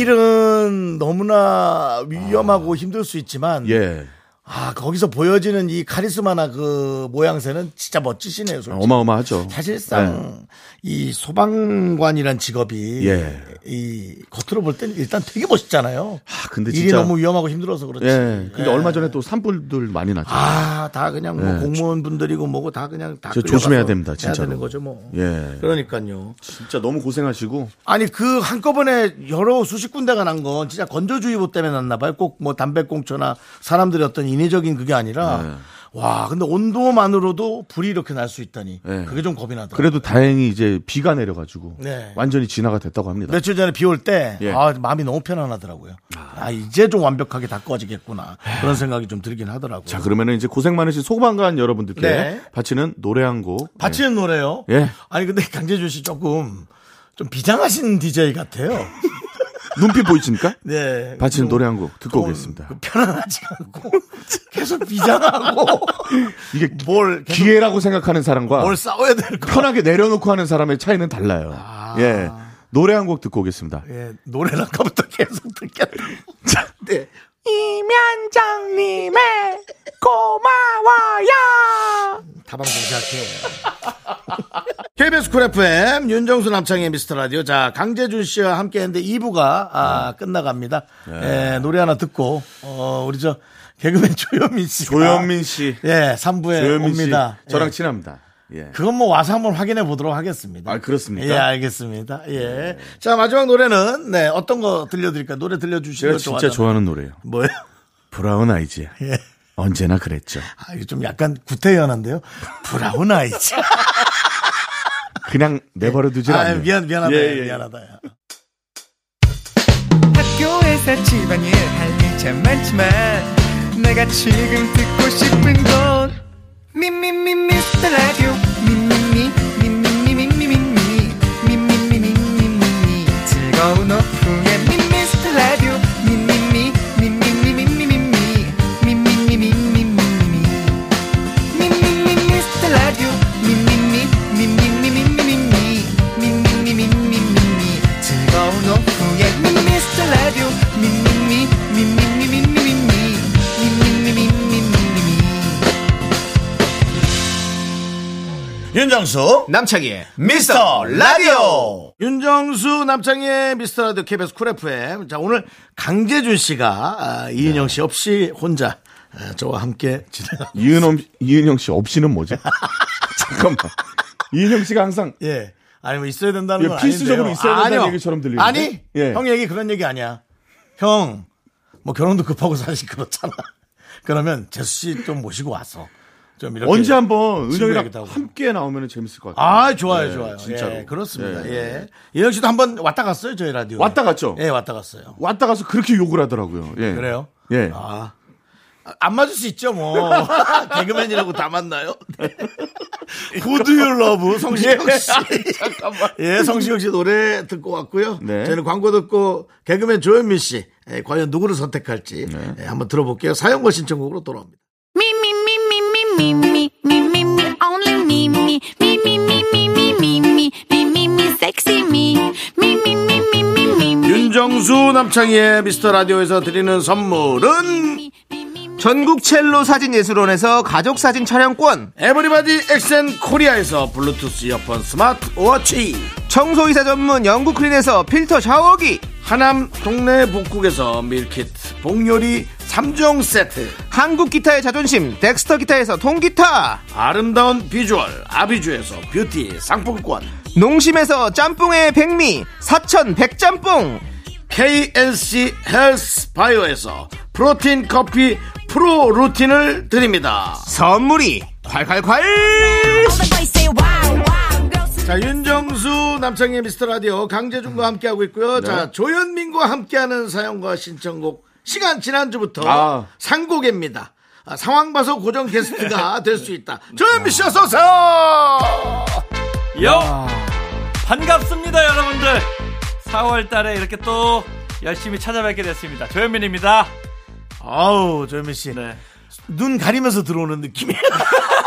A: 일은 너무나 위험하고 힘들 수 있지만
C: 아. 예.
A: 아 거기서 보여지는 이 카리스마나 그 모양새는 진짜 멋지시네요. 솔직히.
C: 어마어마하죠.
A: 사실상 이 소방관이란 직업이
C: 네. 예.
A: 이 겉으로 볼 때는 일단 되게 멋있잖아요.
C: 아, 근데
A: 일이
C: 진짜-
A: 너무 위험하고 힘들어서 그렇지.
C: 예. 근데
A: 예.
C: 얼마 전에 또 산불들 많이 났죠.
A: 아, 다 그냥 뭐
C: 예.
A: 공무원분들이고 뭐고 다 그냥 다
C: 저
A: 끌려가서
C: 조심해야 됩니다,
A: 해야
C: 진짜로.
A: 되는 거죠, 뭐.
C: 예.
A: 그러니까요.
C: 진짜 너무 고생하시고.
A: 아니 그 한꺼번에 여러 수십 군데가 난 건 진짜 건조주의보 때문에 났나 봐요. 꼭 뭐 담배꽁초나 사람들의 어떤 인위적인 그게 아니라
C: 네.
A: 와 근데 온도만으로도 불이 이렇게 날 수 있다니
C: 네.
A: 그게 좀 겁이 나더라고요.
C: 그래도 다행히 이제 비가 내려가지고
A: 네.
C: 완전히 진화가 됐다고 합니다.
A: 며칠 전에 비 올 때
C: 예.
A: 아, 마음이 너무 편안하더라고요. 아 이제 좀 완벽하게 다 꺼지겠구나 그런 생각이 좀 들긴 하더라고요.
C: 자, 그러면은 이제 고생 많으신 소방관 여러분들께
A: 네.
C: 바치는 노래 한 곡.
A: 바치는 노래요.
C: 예.
A: 아니 근데 강재준 씨 조금 좀 비장하신 DJ 같아요.
C: 네. 눈빛 보이십니까?
A: 네.
C: 바치는 노래 한 곡 듣고
A: 좀
C: 오겠습니다.
A: 그 편안하지 않고 계속 비장하고
C: 이게
A: 뭘 계속
C: 기회라고 생각하는 뭐 사람과
A: 뭘 싸워야 될 거.
C: 편하게 내려놓고 하는 사람의 차이는 달라요. 예. 노래 한 곡 듣고 오겠습니다.
A: 예, 노래를 네. 아까부터 계속 듣겠다.
H: 이면장님의
J: 고마워요.
A: 다방송 시작해. KBS 쿨 FM 윤정수 남창의 미스터 라디오 자 강재준 씨와 함께했는데 2부가 아, 끝나갑니다.
C: 네.
A: 예, 노래 하나 듣고 어, 우리 저 개그맨 조현민 씨.
C: 조현민 씨.
A: 예, 3부에
C: 조현민 씨.
A: 옵니다.
C: 저랑
A: 예.
C: 친합니다. 예.
A: 그건 뭐 와서 한번 확인해 보도록 하겠습니다.
C: 아, 그렇습니까? 네.
A: 예, 알겠습니다. 예. 자, 마지막 노래는 네, 어떤 거 들려드릴까요? 노래 들려주시는
C: 제가
A: 거
C: 진짜 좋아하는 노래예요.
A: 뭐예요?
C: 브라운 아이즈.
A: 예.
C: 언제나 그랬죠.
A: 아, 이거 좀 약간 구태연한데요. 브라운 아이즈.
C: 그냥 내버려 두질
A: 아,
C: 않네요.
A: 미안 미안하다.
C: 예, 예, 예.
A: 미안하다. 야.
D: 학교에서 집안일 할 일 참 많지만 내가 지금 듣고 싶은 건 미미미 미스터 라디오 미미미 미미미 미미미 미미미 미미미 즐거운 오후에 미스터 라디오 미미미 미미미 미미미 미미미 미미미
A: 윤정수
K: 남창희의
A: 미스터 라디오 윤정수 남창의 미스터 라디오 KBS 쿨 FM 자 오늘 강재준 씨가 아, 이인영 씨 없이 혼자 아, 저와 함께 진행하고
C: 이은엄 이은영 씨 없이는 뭐죠? 잠깐만. 이은영 씨가 항상
A: 예 아니 뭐 있어야 된다는
C: 예,
A: 건
C: 필수적으로
A: 아닌데요.
C: 있어야 된다는
A: 아니요.
C: 얘기처럼 들리는데?
A: 아니
C: 예.
A: 형 얘기 그런 얘기 아니야 형 뭐 결혼도 급하고 사실 그렇잖아 그러면 재수 씨 좀 모시고 와서 좀 이렇게
C: 언제 한번 은영이랑
A: 친구야겠다고.
C: 함께 나오면 재밌을 것 같아요.
A: 아 좋아요
C: 예,
A: 좋아요
C: 진짜로.
A: 예, 그렇습니다
C: 예.
A: 예 이영 씨도 한번 왔다 갔어요 저희 라디오
C: 왔다 갔죠?
A: 예 왔다 갔어요
C: 왔다 가서 그렇게 욕을 하더라고요. 예.
A: 그래요?
C: 예.
A: 아. 안 맞을 수 있죠, 뭐. 개그맨이라고 다 만나요? 후드유 러브,
C: 예.
A: 성시경 씨. 잠깐만. 예, 성시경 씨 노래 듣고 왔고요.
C: 네.
A: 저는 광고 듣고 개그맨 조현민 씨, 예, 과연 누구를 선택할지 예, 한번 들어볼게요. 사연과 신청곡으로 돌아옵니다.
H: Me, me, me, me, me, me, me, me, me, me, only me, me, me, me, me, me, me, me, me, me, me, me, sexy me, me, me, me, me, me, me, me,
A: 윤정수 남창희의 미스터 라디오에서 드리는 선물은
K: 전국 첼로 사진 예술원에서 가족 사진 촬영권
A: 에브리바디 엑센 코리아에서 블루투스 이어폰 스마트 워치.
K: 청소이사 전문 영국 클린에서 필터 샤워기
A: 하남 동네 복국에서 밀키트, 복요리 3종 세트.
K: 한국 기타의 자존심 덱스터 기타에서 통기타
A: 아름다운 비주얼 아비주에서 뷰티 상품권
K: 농심에서 짬뽕의 백미 사천 백짬뽕
A: KNC 헬스 바이오에서 프로틴 커피 프로 루틴을 드립니다
K: 선물이 콸콸콸
H: all the boys say wow, wow, girls
A: 자 윤정수 남창의 미스터라디오 강재준과 함께하고 있고요 자 조현민과 함께하는 사연과 신청곡 시간 지난주부터
C: 아.
A: 상곡입니다 아, 상황 봐서 고정 게스트가 될 수 있다 조현민 씨 어서 오세요
L: 요! 반갑습니다, 여러분들! 4월 달에 이렇게 또 열심히 찾아뵙게 됐습니다. 조현민입니다.
A: 아우 조현민 씨눈
L: 네.
A: 가리면서 들어오는 느낌이에요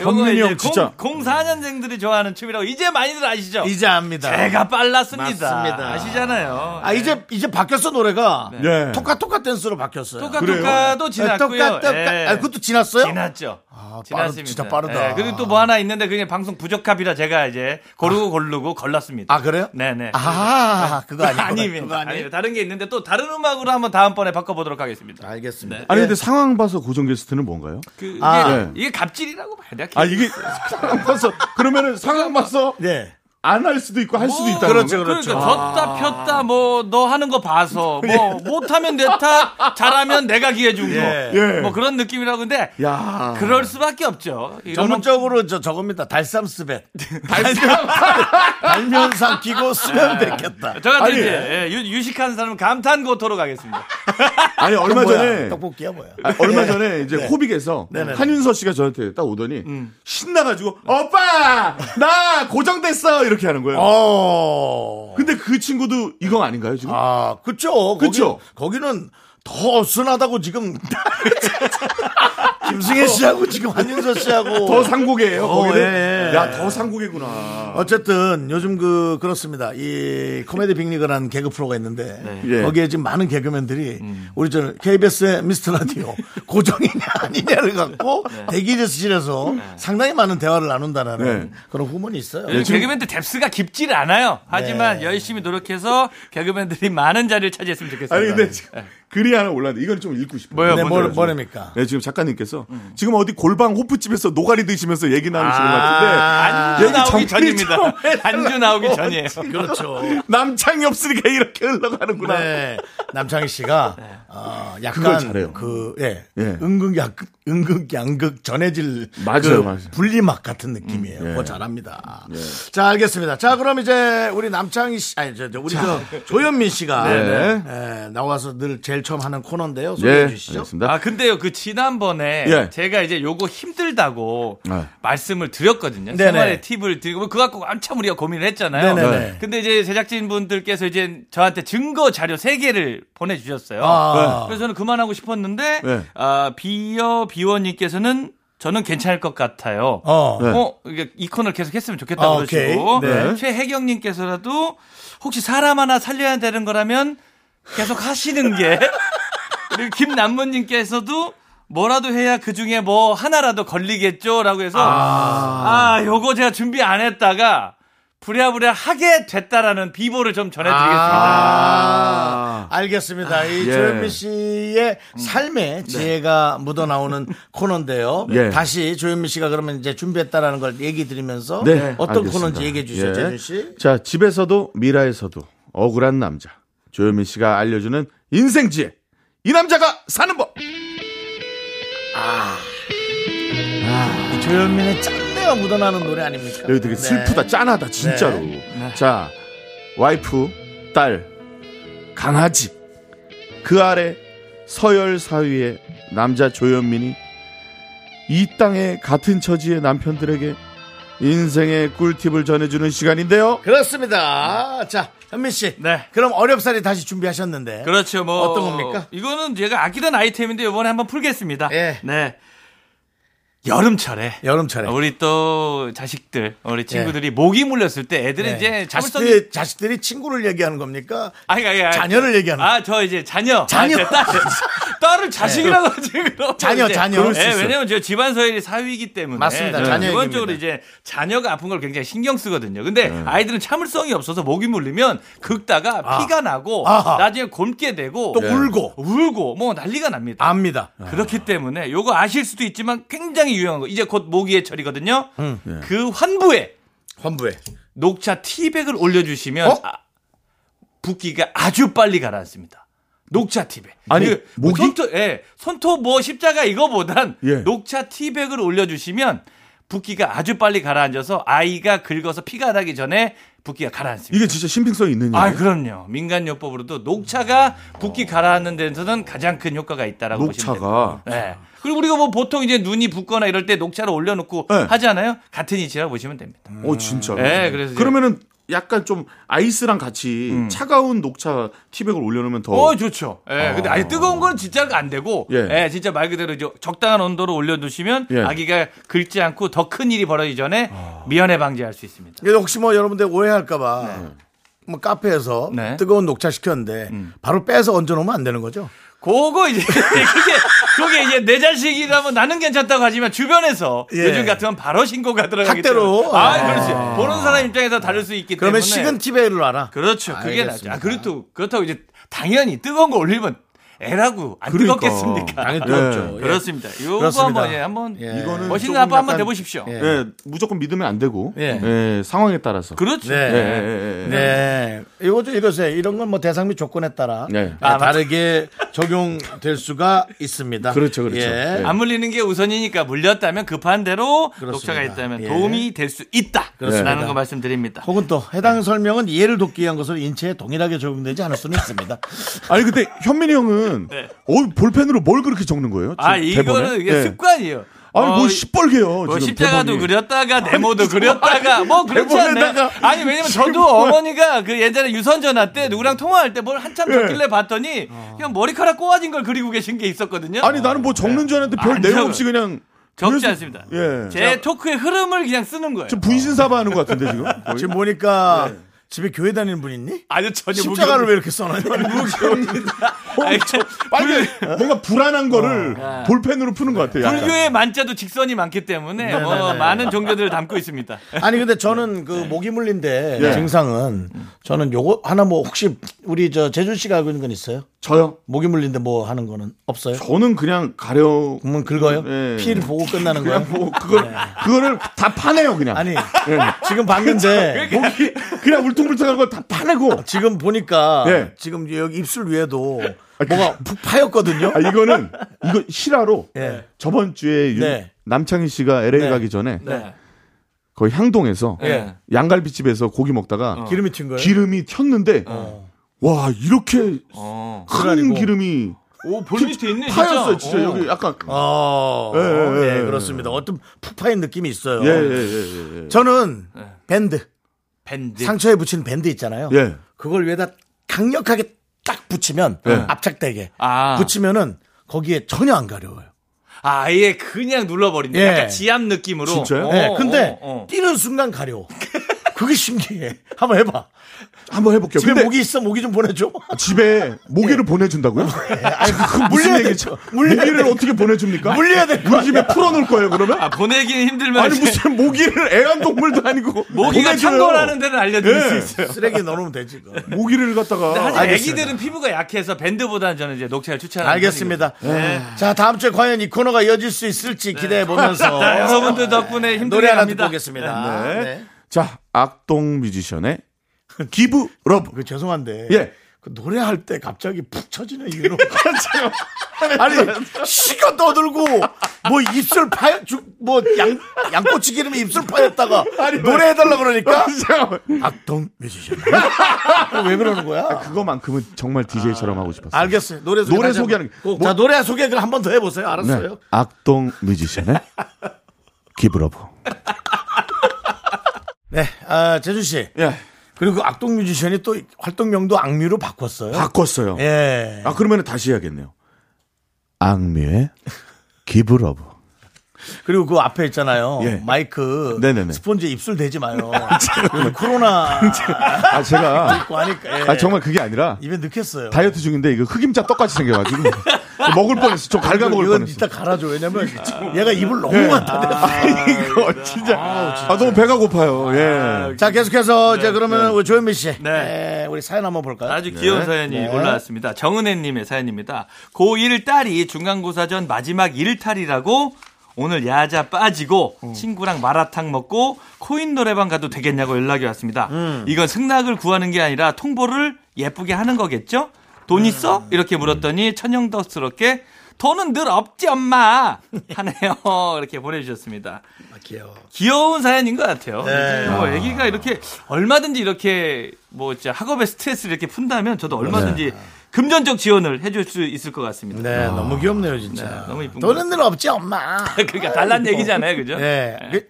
L: 요거 이제
C: 형, 진짜.
L: 0, 04년생들이 좋아하는 춤이라고 이제 많이들 아시죠?
A: 이제 압니다
L: 제가 빨랐습니다.
A: 맞습니다.
L: 아시잖아요.
A: 아 이제 이제 바뀌었어 노래가
C: 예.
A: 토카 토카 댄스로 바뀌었어요.
L: 네.
A: 네,
L: 토카토카도 지났고요.
A: 토카 토카.
L: 예.
A: 아, 그것도 지났어요?
L: 지났죠.
A: 빠르-
L: 지났습니다.
A: 아, 진짜 빠르다.
L: 예, 그리고 또 뭐 하나 있는데 그냥 방송 부적합이라 제가 이제 고르고 고르고 걸렀습니다.
A: 아 그래요?
L: 네네.
A: 아 그거 아니고
L: 아니면 아니면 다른 게 있는데 또 다른 음악으로 한번 다음번에 바꿔보도록 하겠습니다.
A: 알겠습니다.
C: 아니
A: 예.
C: 근데 상황 봐서 고정 게스트는 뭔가요?
L: 그, 네. 이게,
A: 아,
C: 네.
L: 이게 갑질이라고 봐야 돼.
C: 아 이게 상황 봐서 그러면은 상황 봐서
A: 네.
C: 안 할 수도 있고 할 수도 있다.
A: 그렇죠,
L: 그러니까
A: 그렇죠.
L: 졌다 폈다 뭐 너 하는 거 봐서 뭐 못하면 내 탓, 잘하면 내가 기회 준 거.
A: 예.
C: 예.
L: 뭐 그런 느낌이라고 근데
A: 그렇죠.
C: 야.
L: 그럴 수밖에 없죠. 이런
A: 전문적으로 저 저겁니다. 달쌈스벳. 달쌈 달면 삼키고 수면 뱉겠다.
L: 네. 저 같은
C: 아니.
L: 이제 예, 유, 유식한 사람은 감탄 고토로 가겠습니다.
C: 아니 얼마
A: 뭐야?
C: 전에
A: 떡볶이야 뭐야?
C: 아니, 얼마 전에 이제 코빅에서
A: 네네네.
C: 한윤서 씨가 저한테 딱 오더니 신나가지고 오빠 나 네. 고정됐어 이렇게 하는 거예요.
A: 어.
C: 근데 그 친구도 이거 아닌가요 지금?
A: 아, 그쵸. 거기,
C: 그쵸?
A: 거기는 더 어순하다고 지금 김승혜 씨하고 지금 한윤서 씨하고
C: 더 상국이에요.
A: 어,
C: 거기는.
A: 예, 예.
C: 야, 더 상국이구나.
A: 어쨌든 요즘 그 그렇습니다. 이 코미디 빅리그라는 개그 프로가 있는데
C: 예. 음.
A: 거기에 지금 많은 개그맨들이 우리 저 KBS의 미스터 라디오 고정이냐 아니냐를 갖고
C: 네.
A: 대기실에서 상당히 많은 대화를 나눈다라는
C: 네.
A: 그런 후문이 있어요.
C: 예.
L: 요즘 개그맨들 뎁스가 깊지를 않아요. 하지만 열심히 노력해서 개그맨들이 많은 자리를 차지했으면 좋겠습니다.
C: 아니 근데 지금 글이 하나 올랐는데 이건 좀 읽고 싶어요.
L: 뭐요? 네, 뭔지 뭐- 알죠.
A: 뭐랍니까?
C: 네, 지금 작가님께서 지금 어디 골방 호프집에서 노가리 드시면서 얘기 나누시는 것 같은데
L: 안주
C: 얘기
L: 아, 나오기
C: 정리
L: 전입니다.
C: 좀 해달라고.
L: 안주 나오기 전이에요.
A: 그렇죠.
C: 남창이 없으니까 이렇게 흘러가는구나.
A: 네. 남창희 씨가 어,
C: 그걸
A: 약간
C: 잘해요.
A: 그 예.
C: 예.
A: 은근 양 은근 양극 전해질
C: 맞아요,
A: 그
C: 맞아요.
A: 분리막 같은 느낌이에요.
C: 음, 예.
A: 그거 잘합니다.
C: 네.
A: 자, 알겠습니다. 자, 그럼 이제 우리 남창희 씨, 아니, 저, 저 우리
C: 자.
A: 저 조현민 씨가
C: 네.
A: 예, 나와서 늘 제일 처음 하는 코너인데요. 소개해 주시죠.
L: 아 근데요 그 지난번에
C: 예.
L: 제가 이제 요거 힘들다고
C: 네.
L: 말씀을 드렸거든요.
C: 네네.
L: 생활의 팁을 드리고 뭐 그거 갖고 한참 우리가 고민을 했잖아요.
C: 네네네.
L: 근데 이제 제작진분들께서 이제 저한테 증거 자료 세개를 보내주셨어요.
C: 아.
L: 그래서 저는 그만하고 싶었는데
C: 네.
L: 아, 비어 비원님께서는 저는 괜찮을 것 같아요.
C: 어. 네.
L: 어, 이게 이 코너를 계속 했으면 좋겠다고
C: 아,
L: 그러시고
C: 오케이. 네.
L: 최혜경님께서라도 혹시 사람 하나 살려야 되는 거라면 계속 하시는 게 그리고 김남문님께서도 뭐라도 해야 그 중에 뭐 하나라도 걸리겠죠라고 해서 아.
C: 아.
L: 요거 제가 준비 안 했다가 부랴부랴 하게 됐다라는 비보를 좀
C: 아.
L: 전해드리겠습니다.
A: 알겠습니다. 이
L: 예.
A: 조현민 씨의 삶의 지혜가 묻어 나오는 코너인데요.
C: 음. 네. 예.
A: 다시 조현민 씨가 그러면 이제 준비했다라는 걸 얘기 드리면서 어떤
C: 네. 알겠습니다.
A: 코너인지 얘기해 주시죠,
C: 예.
A: 재준 씨.
C: 자, 집에서도 미라에서도 억울한 남자 조현민 씨가 알려주는 인생 지혜. 이 남자가 사는 법.
A: 아. 이 조현민의 짠내가 묻어나는 노래 아닙니까?
C: 여기 되게
A: 네.
C: 슬프다, 짠하다, 진짜로.
A: 네.
C: 자, 와이프, 딸, 강아지. 그 아래 서열 사위의 남자 조현민이 이 땅의 같은 처지의 남편들에게 인생의 꿀팁을 전해주는 시간인데요. 음.
A: 그렇습니다. 자, 현민 씨. 그럼 어렵사리 다시 준비하셨는데.
L: 네. 그렇죠. 뭐
A: 어떤 겁니까?
L: 이거는 제가 아끼던 아이템인데 이번에 한번 풀겠습니다. 네. 여름철에
A: 여름철에
L: 아, 우리 또 자식들 우리 친구들이 모기 물렸을 때 애들은
A: 네.
L: 이제 참을성
A: 자식들이, 자식들이 친구를 얘기하는 겁니까?
L: 아니, 아니, 아니.
A: 자녀를 얘기하는
L: 아, 저 이제 자녀.
A: 자녀. 네.
L: 아, 제 딸. 딸을 자식이라고 지금. 이러면
A: 자녀,
L: 이제-
A: 자녀. 그럴 수
L: 예,
A: 있어요.
L: 왜냐면 저 집안 서열이 사위이기 때문에.
A: 맞습니다.
L: 저는
A: 자녀
L: 기본적으로 이제 자녀가 아픈 걸 굉장히 신경 쓰거든요. 근데 아이들은 참을성이 없어서 목이 물리면 긁다가
A: 아.
L: 피가 나고
A: 아하.
L: 나중에 곪게 되고 네.
A: 또 울고. 아.
L: 울고 뭐 난리가 납니다.
A: 압니다. 어,
L: 그렇기 때문에 요거 아실 수도 있지만 굉장히 유용한 거. 이제 곧 모기의 철이거든요.
A: 음.
L: 그 환부에
A: 환부에
L: 녹차 티백을 올려주시면
C: 어?
L: 아, 붓기가 아주 빨리 가라앉습니다. 녹차 티백.
C: 아니,
L: 그
C: 모기?
L: 손톱, 예, 손톱 뭐 십자가 이거보단
C: 예.
L: 녹차 티백을 올려주시면 붓기가 아주 빨리 가라앉아서 아이가 긁어서 피가 나기 전에 붓기가 가라앉습니다.
C: 이게 진짜 신빙성이 있는
L: 아,
C: 일이에요.
L: 그럼요. 민간요법으로도 녹차가 붓기 가라앉는 데서는 가장 큰 효과가 있다라고 보시면 됩니다.
C: 녹차가
L: 네. 그리고 우리가 뭐 보통 이제 눈이 붓거나 이럴 때 녹차를 올려놓고
C: 네.
L: 하잖아요. 같은 위치라고 보시면 됩니다.
C: 어 진짜.
L: 예, 그래서 이제-
C: 그러면은 약간 좀 아이스랑 같이 차가운 녹차 티백을 올려놓으면 더.
L: 어, 좋죠. 예. 근데
C: 아.
L: 아예 뜨거운 건 진짜 안 되고, 예.
C: 예.
L: 진짜 말 그대로 이제 적당한 온도로 올려두시면
C: 예.
L: 아기가 긁지 않고 더 큰 일이 벌어지기 전에
A: 아.
L: 미연에 방지할 수 있습니다.
A: 그래서 혹시 뭐 여러분들 오해할까봐
L: 네.
A: 뭐 카페에서 뜨거운 녹차 시켰는데
L: 음.
A: 바로 빼서 얹어놓으면 안 되는 거죠?
L: 그거 이제 그게 그게 이제 내 자식이라면 나는 괜찮다고 하지만 주변에서
A: 예.
L: 요즘 같으면 바로 신고가 들어가기
A: 학대로.
L: 때문에. 아,
A: 아.
L: 그렇지. 보는 사람 입장에서 다를 수 있기 때문에.
A: 그러면 식은 티베이를 알아.
L: 그렇죠. 그게 낫죠.
A: 알겠습니다.
L: 아, 그렇다고 그렇다고 이제 당연히 뜨거운 거 올리면 애라고 안
A: 그러니까.
L: 뜨겁겠습니까?
A: 당연히 뜨겁죠. 예.
L: 아, 그렇습니다. 요거
A: 그렇습니다.
L: 한번 예, 한번
A: 예.
C: 이거는
L: 멋있는
C: 조금
L: 아빠 한번
C: 약간-
L: 돼보십시오.
C: 예. 무조건 믿으면 안 되고.
A: 예.
C: 예. 상황에 따라서.
L: 그렇죠.
A: 네.
C: 예, 예, 예.
A: 네. 이거 좀 읽으세요. 이런 건 뭐 대상 및 조건에 따라
C: 네.
A: 아, 다르게 적용될 수가 있습니다.
C: 그렇죠, 그렇죠.
A: 예.
L: 안 물리는 게 우선이니까 물렸다면 급한 대로
A: 그렇습니다.
L: 녹차가 있다면
A: 예.
L: 도움이 될 수 있다.
A: 그렇습니다.
L: 라는 거 말씀드립니다.
A: 혹은 또 해당 설명은 이해를 돕기 위한 것으로 인체에 동일하게 적용되지 않을 수는 있습니다.
C: 아니 근데 현민이 형은
L: 네.
C: 어, 볼펜으로 뭘 그렇게 적는 거예요?
L: 아
C: 지금 대본에?
L: 이거는 이게
C: 예.
L: 습관이에요.
C: 아니 뭐
L: 어,
C: 시뻘개요.
L: 뭐
C: 지금
L: 십자가도
C: 대본이.
L: 그렸다가 네모도
C: 아니,
L: 그렸다가
C: 아니,
L: 뭐 그렇지 않나요?
C: 대본에다가
L: 아니 왜냐면 저도
C: 지금 뭐야.
L: 어머니가 그 예전에 유선 전화 때 누구랑 통화할 때 뭘 한참
C: 예. 어.
L: 줬길래 봤더니 그냥 머리카락 꼬아진 걸 그리고 계신 게 있었거든요.
C: 아니 나는 뭐 적는 줄 알았는데 별
L: 안
C: 내용
L: 적어요.
C: 없이 그냥
L: 적지
C: 그래서-
L: 않습니다.
C: 예.
L: 아, 제 토크의 흐름을 그냥 쓰는 거예요.
C: 지금 분신사바하는 것 같은데 지금. 거의?
A: 지금 보니까 집에 교회 다니는 분 있니?
L: 네. 아니 전혀
A: 십자가를 왜 이렇게 써놨냐?
L: 엄청
C: 빨리 뭔가 불안한 거를
L: 아.
C: 볼펜으로 푸는 것 같아요. 약간.
L: 불교의 만자도 직선이 많기 때문에
A: 네,
L: 뭐
A: 네, 네.
L: 많은 종교들을 담고 있습니다.
C: 어.
A: 아니 근데
C: 네.
A: 저는 그 목이 물린데
C: 예.
A: 증상은 저는 요거 하나 뭐 혹시 우리 저 재준 씨가 알고 있는 건 있어요?
C: 저요?
A: 목이 물린데 뭐 하는 거는 없어요?
C: 저는 그냥 가려.
A: 그러면 긁어요?
C: 예.
A: 피를 보고 끝나는 거예요?
C: 그냥 뭐 그걸 그거를 다 파내요 그냥.
A: 네. 아니 지금 봤는데
C: 목이 그냥 울퉁불퉁한 걸 다 파내고.
A: 지금 보니까
C: 예.
A: 지금 여기 입술 위에도
C: 아, 그-
A: 뭐가 푹 파였거든요.
C: 아, 네. 이거는 이거 실화로
A: 예.
C: 저번 주에 윤-
A: 네.
C: 남창희 씨가 LA 가기 전에
L: 네.
C: 거의 향동에서
L: 예.
C: 양갈비 집에서 고기 먹다가
A: 기름이 튄 거예요.
C: 기름이 튀었는데
A: 어.
C: 와 이렇게
L: 어.
C: 큰 기름이
L: 오볼 밑에 있네.
C: 파였어요 진짜 여기 약간
A: 어,
C: 예, 예,
A: 예,
C: 예.
A: 그렇습니다. 어떤 푹 파인 느낌이 있어요.
C: 예예예 예, 예, 예.
A: 저는 밴드
L: 밴드.
A: 상처에 붙이는 밴드 있잖아요.
C: 예.
A: 그걸 위에다 강력하게 딱 붙이면
C: 예.
A: 압착되게
L: 네. 아.
A: 붙이면은 거기에 전혀 안 가려워요.
L: 아, 아예 그냥 눌러버린다.
A: 예.
L: 약간 지압 느낌으로.
C: 진짜요?
L: 어,
A: 네, 근데
L: 어, 어.
A: 뛰는 순간 가려워. 그게 신기해. 한번 해봐.
C: 한번 해볼게요.
A: 집에
C: 근데
A: 모기 있어 모기 좀 보내줘.
C: 아, 집에 모기를 보내준다고요? 아니 그 무슨
A: 물려야
C: 얘기죠?
A: 되죠. 물려야
C: 모기를 어떻게 보내줍니까?
A: 물려야 될
C: 우리 집에 풀어놓을 거예요 그러면?
L: 아, 보내기는 힘들면
C: 아니
L: 이제
C: 무슨 모기를 애완동물도 아니고
L: 모기가
C: 보내줘요.
L: 창궐하는 데는 알려드릴
C: 예.
L: 수 있어요. 네,
A: 쓰레기 넣어놓으면 되지. 그거.
C: 모기를 갖다가
L: 근데 사실
A: 알겠습니다.
L: 애기들은 피부가 약해서 밴드보다는 저는 이제 녹차를 추천합니다.
A: 알겠습니다.
L: 네.
A: 자 다음 주에 과연 이 코너가 이어질 수 있을지 기대해 보면서
L: 여러분들 덕분에 힘들게
A: 노래 하나
L: 합니다.
A: 듣고 오겠습니다.
C: 네.
A: 네.
C: 자, 악동 뮤지션의 기브 러브.
A: 그 죄송한데
C: 예.
A: 그 노래할 때 갑자기 푹 쳐지는 이유로 아니 시가 떠들고 뭐 입술 파뭐양 양꼬치 기름에 입술 파였다가 노래해달라 그러니까 악동 뮤지션 왜 그러는 거야?
C: 그거만큼은 정말 DJ처럼 하고 싶었어요.
A: 알겠어요. 노래 소개
C: 노래
A: 다시
C: 소개하는
A: 한번.
C: 게- 뭐-
A: 자 노래 소개 그 한번 더 해보세요.
C: 네.
A: 알았어요.
C: 악동 뮤지션의 기브 러브.
A: 네, 아, 재준 씨.
C: 예.
A: 그리고 그 악동 뮤지션이 또 활동명도 악뮤로 바꿨어요.
C: 바꿨어요.
A: 예.
C: 아, 그러면 다시 해야겠네요. 악뮤의 기브 러브.
A: 그리고 그 앞에 있잖아요.
C: 예.
A: 마이크
C: 네네네.
A: 스폰지 에 입술 대지 마요. 요즘 코로나
C: 아, 제가
A: 있고 하니까. 예.
C: 아, 정말 그게 아니라
A: 입에 넣겠어요.
C: 다이어트 중인데 이거 흑임자 떡같이 생겨가지고 먹을 뻔했어. 저 갈가 먹을
A: 이건
C: 뻔했어. 네.
A: 이따 갈아줘. 왜냐면 얘가 입을 너무 갖다 대.
C: 이거 진짜. 아, 너무 배가 고파요. 예.
A: 자, 계속해서 이제 그러면 우리 조현미 씨.
L: 네.
A: 예, 우리 사연 한번 볼까요? 네.
L: 아주
C: 네.
L: 귀여운 사연이 올라왔습니다. 정은혜님의 사연입니다. 고1 딸이 중간고사 전 마지막 일탈이라고 오늘 야자 빠지고
A: 음.
L: 친구랑 마라탕 먹고 코인 노래방 가도 되겠냐고 연락이 왔습니다.
A: 음.
L: 이건 승낙을 구하는 게 아니라 통보를 예쁘게 하는 거겠죠? 돈
A: 음.
L: 있어? 이렇게 물었더니 천연덕스럽게 돈은 늘 없지 엄마 하네요. 이렇게 보내주셨습니다.
A: 귀여워.
L: 귀여운 사연인 것 같아요.
A: 네.
L: 뭐 애기가 이렇게 얼마든지 이렇게 뭐 진짜 학업의 스트레스를 이렇게 푼다면 저도 얼마든지 금전적 지원을 해줄 수 있을 것 같습니다.
A: 네,
C: 아.
A: 너무 귀엽네요, 진짜.
L: 네, 너무 이쁜
A: 돈은 늘 없지, 엄마.
L: 그러니까 달란 얘기잖아요, 그죠?
A: 네.
C: 예.
A: 그-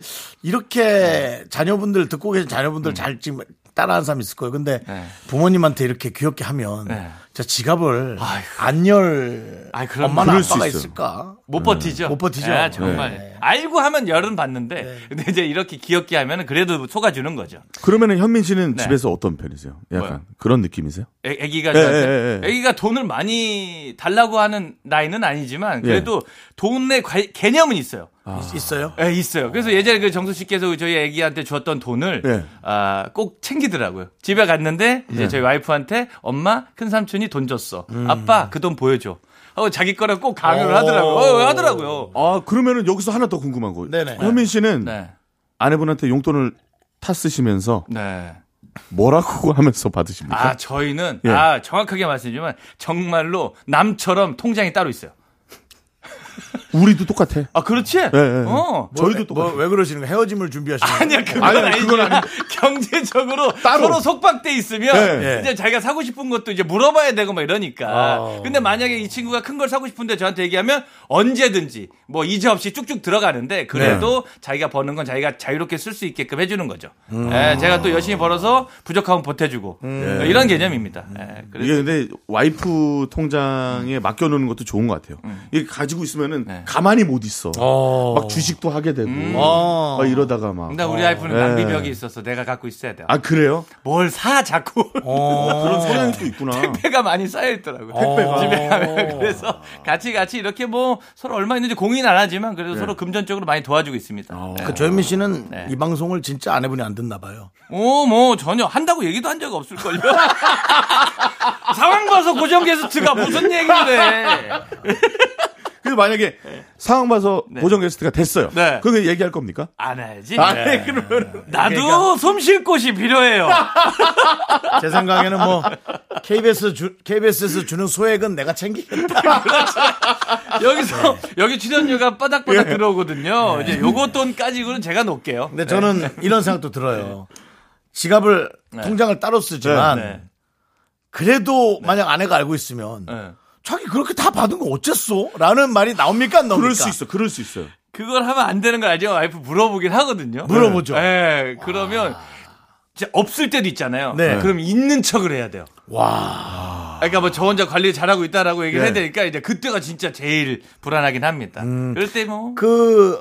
A: 이렇게 자녀분들 듣고 계신
C: 음.
A: 자녀분들 잘 지금 따라하는 사람 있을 거예요. 근데
L: 네.
A: 부모님한테 이렇게 귀엽게 하면
L: 네.
A: 저 지갑을 안 열
L: 아이, 그럼
A: 엄마나
C: 예. 그럴 수
A: 아빠가
C: 있어요.
A: 있을까?
L: 못 버티죠.
A: 음, 못 버티죠. 네.
L: 아, 정말 알고 하면 열은 받는데 근데 이제 이렇게 귀엽게 하면 은 그래도 속아주는 거죠.
C: 그러면은 현민 씨는
L: 네.
C: 집에서 어떤 편이세요? 약간
L: 뭐요?
C: 그런 느낌이세요?
L: 애, 애기가
C: 예,
A: 네,
L: 저한테
C: 예, 예, 예.
L: 애기가 돈을 많이 달라고 하는 나이는 아니지만 그래도
A: 예.
L: 돈의 관- 개념은 있어요.
C: 아,
A: 있- 있어요?
L: 예, 있어요. 그래서 예전에 그 정수 씨께서 저희 애기한테 주었던 돈을
C: 예. 네.
L: 아, 꼭 챙기더라고요. 집에 갔는데 이제 저희 와이프한테 엄마 큰 삼촌이 돈 줬어.
C: 음.
L: 아빠 그 돈 보여줘. 하고 자기 거랑 꼭 강요를 하더라고요. 어, 하더라고요.
C: 아 그러면은 여기서 하나 더 궁금한 거.
A: 네네.
C: 현민 씨는
L: 네.
C: 아내분한테 용돈을 타 쓰시면서
L: 네.
C: 뭐라고 하면서 받으십니까?
L: 아, 저희는
C: 그 예.
L: 아, 정확하게 말씀드리면 정말로 남처럼 통장이 따로 있어요.
C: 우리도 똑같아.
L: 아 그렇지?
C: 예, 예.
L: 어.
C: 저희도 똑같아.
A: 왜 그러시는 거예요? 헤어짐을 준비하시는 거예요?
L: 아니야 그건 아니, 야 경제적으로
A: 따로.
L: 서로 속박돼 있으면
A: 네.
L: 이제 자기가 사고 싶은 것도 이제 물어봐야 되고 막 이러니까
A: 아.
L: 근데 만약에 이 친구가 큰 걸 사고 싶은데 저한테 얘기하면 언제든지 뭐 이제 없이 쭉쭉 들어가는데 그래도 자기가 버는 건 자기가 자유롭게 쓸 수 있게끔 해주는 거죠
C: 음.
L: 예, 제가 또 열심히 벌어서 부족하면 보태주고
C: 음.
L: 예, 이런 개념입니다 예, 그래서
C: 이게 근데 와이프 통장에 맡겨놓는 것도 좋은 것 같아요. 이게 가지고 있으면은 가만히 못 음. 네. 있어. 음. 막 주식도 하게 되고
L: 어.
C: 막 이러다가 막.
L: 근데 우리 아이프는
C: 예.
L: 낭비벽이 있어서 네. 내가 갖고 있어야 돼요
C: 아 그래요? 아,
L: 뭘 사 자꾸
C: 그런 소리도 있구나.
L: 택배가 많이 쌓여 있더라고요.
C: 택배가.
L: 집에 가면 어. 그래서 같이 같이 이렇게 뭐 서로 얼마 있는지 공인 안 하지만 그래도 서로 금전적으로 많이 도와주고 있습니다. 네.
A: 그 조현민 씨는 이 방송을 진짜 아내분이 안 듣나 봐요.
L: 오, 뭐 전혀 한다고 얘기도 한 적이 없을걸요. 상황 봐서 고정 게스트가 무슨 얘기인데.
C: 근데 그 만약에 상황 봐서 고정 게스트가 됐어요.
L: 네.
C: 그게 얘기할 겁니까?
L: 안 해야지.
C: 아,
L: 네.
C: 네, 그러면
L: 나도 숨 쉴 곳이 필요해요.
A: 제 생각에는 뭐 KBS 주, KBS에서 주는 소액은 내가 챙기겠다.
L: 여기서 여기 출연료가 바닥바닥 들어오거든요. 이제 요거 돈까지는 제가 놓을게요.
A: 근데 저는
C: 네.
A: 이런 생각도 들어요. 지갑을
L: 네.
A: 통장을 따로 쓰지만
L: 네, 네.
A: 그래도
C: 네.
A: 만약 아내가 알고 있으면 자기 그렇게 다 받은 거 어쨌소? 라는 말이 나옵니까? 안 나옵니까?
C: 그럴 수 있어. 그럴 수 있어요.
L: 그걸 하면 안 되는 걸 알죠? 와이프 물어보긴 하거든요.
A: 물어보죠.
L: 예, 그러면 진짜 없을 때도 있잖아요.
A: 네.
L: 그럼 있는 척을 해야 돼요. 와. 그러니까 뭐 저 혼자 관리 잘하고 있다라고 얘기를
A: 네.
L: 해야 되니까 이제 그때가 진짜 제일 불안하긴 합니다. 그럴 때 뭐.
A: 그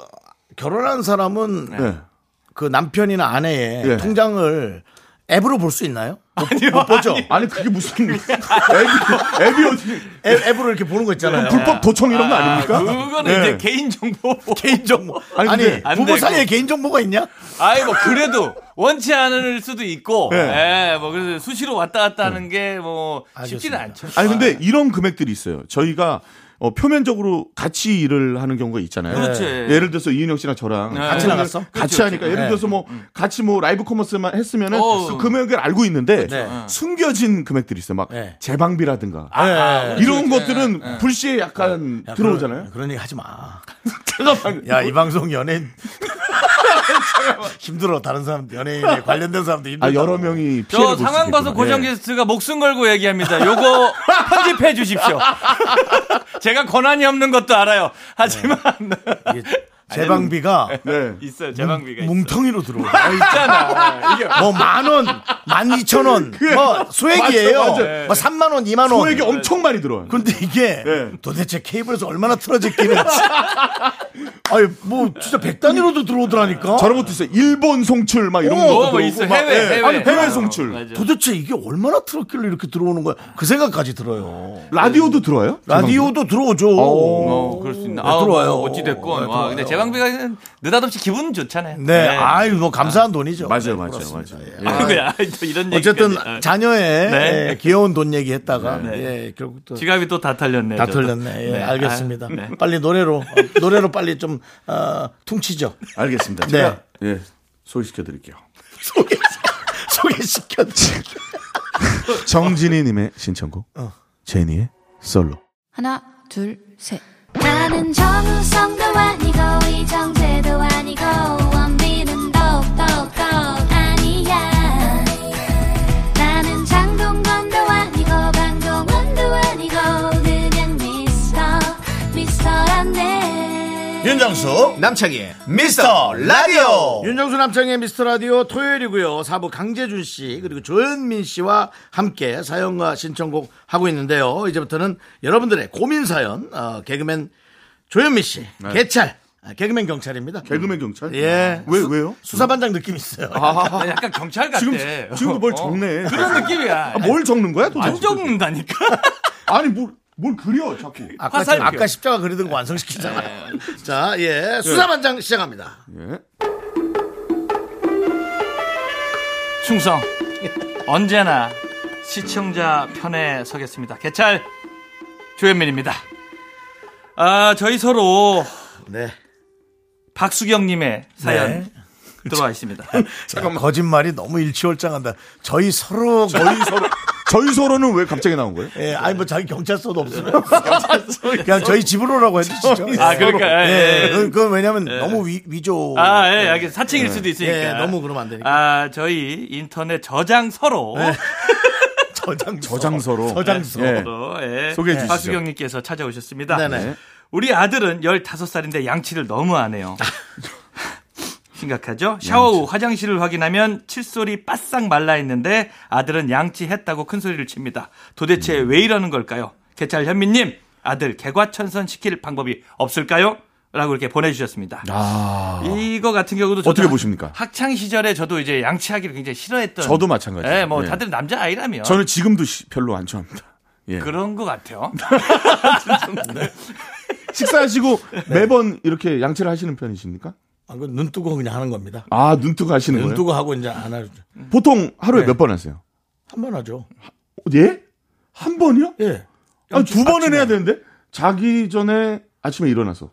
A: 결혼한 사람은
C: 어,
A: 그 남편이나 아내의
C: 네.
A: 통장을 앱으로 볼 수 있나요?
L: 아니요.
A: 못 보죠. 아니,
C: 뭐, 그게 무슨 앱이 앱이 어디
A: 앱, 으로 이렇게 보는 거 있잖아요. 예.
C: 불법 도청 이런 거 네. 아닙니까?
L: 그거는 이제 개인 정보.
A: 개인 정보.
C: 아니,
A: 아니,
C: 근데-
A: 부부
C: 그
L: 안 되고.
A: 사이에 개인 정보가 있냐?
L: 아이 뭐 그래도 원치 않을 수도 있고.
C: 네.
L: 예. 뭐 그래서 수시로 왔다 갔다 하는 게 뭐 쉽지는 않죠.
C: 아니 근데 이런 금액들이 있어요. 저희가 어, 표면적으로 같이 일을 하는 경우가 있잖아요. 네.
L: 그렇지.
C: 예를 들어서 이인영 씨랑 저랑
A: 네. 같이 나갔어?
C: 같이
A: 그렇지,
C: 하니까
A: 그렇지.
C: 예를
A: 네.
C: 들어서 뭐 같이 뭐 라이브 커머스만 했으면은
A: 어.
C: 그 금액을 알고 있는데 숨겨진 금액들이 있어요. 막
A: 그렇죠. 네.
C: 재방비라든가
A: 네, 네.
C: 이런
A: 그렇지.
C: 것들은
A: 네, 네.
C: 불시에 약간
A: 야,
C: 들어오잖아요.
A: 그런, 그런 얘기 하지 마. 야, 이 방송 연예인. 힘들어. 다른 사람, 연예인에 관련된 사람도 힘들어.
C: 아 여러 명이 피해를
L: 저
C: 볼수
L: 상황 봐서
C: 있겠구나.
L: 고정
C: 예.
L: 게스트가 목숨 걸고 얘기합니다. 요거 편집해 주십시오. 제가 권한이 없는 것도 알아요. 하지만 네,
A: 제방비가
C: 네.
L: 있어요. 제방비가 있어요.
A: 아, 뭉텅이로 들어오고.
L: 아, 있잖아. 이게
A: 뭐만 원, 만 이천 원, 뭐 소액이에요.
C: 맞아, 맞아.
A: 뭐 삼만 원, 이만 원.
C: 소액이 엄청 많이 들어와요.
A: 그런데 이게 도대체 케이블에서 얼마나 틀어졌기는. 아니 뭐 진짜 백 단위로도 들어오더라니까.
C: 저런 것도 있어요. 일본 송출 막 이런
A: 어,
C: 것도
A: 뭐
C: 들어오고
A: 있어요.
C: 막,
A: 해외,
C: 예.
A: 해외.
C: 아니 해외
A: 어,
C: 송출.
A: 도대체 이게 얼마나 틀었길래 이렇게 들어오는 거야? 그 생각까지 들어요.
C: 라디오도 들어와요?
A: 라디오도 들어오죠.
L: 어, 그럴 수 있나.
C: 네.
L: 아,
A: 들어와요.
L: 뭐 어찌됐건.
A: 네,
L: 와, 근데 제방비가 느닷없이 기분 좋잖아요.
A: 네, 아유 뭐 감사한 돈이죠. 네,
C: 맞아요, 맞아요, 예, 그러니까 아, 맞아요.
L: 네, 아이고야, 또 이런 얘기.
A: 어쨌든 자녀의
L: 네.
A: 예, 귀여운 돈 얘기했다가
C: 네.
A: 예, 결국 또
L: 지갑이 또 다 털렸네.
A: 다
L: 저도.
A: 털렸네. 예,
L: 네.
A: 알겠습니다.
L: 아, 네.
A: 빨리 노래로 어, 노래로 빨리 좀 어, 퉁치죠.
C: 알겠습니다.
A: 네.
C: 제가 예, 소개시켜 드릴게요.
A: 소개시켰지.
C: 정진희 님의 신청곡.
L: 어.
C: 제니의 솔로.
M: 하나, 둘, 셋.
N: 나는 정우성도 아니고 이정재도 아니고 원빈은 더욱더 아니야 나는 장동건도 아니고 강동원도 아니고 그냥 미스터 미스터란데
A: 윤정수
D: 남창희의
A: 미스터 라디오 윤정수 남창의 미스터 라디오 토요일이고요 사부 강재준 씨 그리고 조현민 씨와 함께 사연과 신청곡 하고 있는데요 이제부터는 여러분들의 고민 사연 어, 개그맨 조현민 씨
C: 네.
A: 개찰 아, 개그맨 경찰입니다
C: 개그맨 경찰?
A: 예.
C: 왜 왜요?
A: 수사반장 느낌 있어요
L: 아, 약간 경찰 같아.
C: 지금 지금도 뭘
L: 어.
C: 적네.
L: 그런 느낌이야.
C: 아, 뭐- 뭘 적는 거야? 도대체?
L: 안 적는다니까.
C: 아니 뭘 뭘 그려 자꾸.
A: 아까,
C: 화살
A: 아까
C: 그려.
A: 십자가 그리던 거
C: 네.
A: 완성시키잖아요 자예 수사반장 시작합니다
C: 예.
L: 충성. 언제나 시청자 편에 서겠습니다. 개찰 조현민입니다. 아, 저희 서로
A: 네
L: 박수경님의 사연
A: 네. 아,
L: 들어와 있습니다.
A: 잠깐만 거짓말이 너무 일치월장한다 저희 서로 저희 서로
C: 저희서로는 왜 갑자기 나온 거예요?
A: 예, 아니 뭐 자기 경찰서도 없어요. 그냥 저희 집으로 오라고 했죠, 진짜.
L: 아, 그러니까, 예, 예.
A: 그- 그건 왜냐면 너무 위, 위조.
L: 아, 예, 알겠 사칭일
A: 예.
L: 수도 있으니까.
A: 예, 너무 그러면 안 되니까.
L: 아, 저희 인터넷 저장서로.
A: 네.
C: 저장서로.
L: 저장서.
C: 예.
L: 예.
C: 소개해 주시죠.
L: 박수경님께서 찾아오셨습니다.
C: 네네. 네.
L: 우리 아들은 15살인데 양치를 너무 안 해요. 심각하죠? 샤워 후 화장실을 확인하면 칫솔이 바싹 말라 있는데 아들은 양치했다고 큰 소리를 칩니다. 도대체
C: 음.
L: 왜 이러는 걸까요? 개찰 현미님, 아들 개과천선 시킬 방법이 없을까요? 라고 이렇게 보내주셨습니다.
C: 아.
L: 이거 같은 경우도 저도
C: 어떻게 보십니까?
L: 학창 시절에 저도 이제 양치하기를 굉장히 싫어했던.
C: 저도 마찬가지예요.
L: 예, 뭐
C: 예.
L: 다들 남자 아이라면.
C: 저는 지금도 시- 별로 안 좋아합니다. 예.
L: 그런 것 같아요.
C: 식사하시고
L: 네.
C: 매번 이렇게 양치를 하시는 편이십니까?
A: 아, 그건 눈 뜨고 그냥 하는 겁니다.
C: 아, 눈 뜨고
L: 네,
C: 하시는
A: 눈
C: 거예요?
A: 뜨고 하고 이제 안 하죠.
C: 보통 하루에
A: 네.
C: 몇 번 하세요?
A: 한 번 하죠.
C: 예? 한 번이요?
A: 예.
C: 아, 두 번은 해야 되는데? 자기 전에 아침에 일어나서.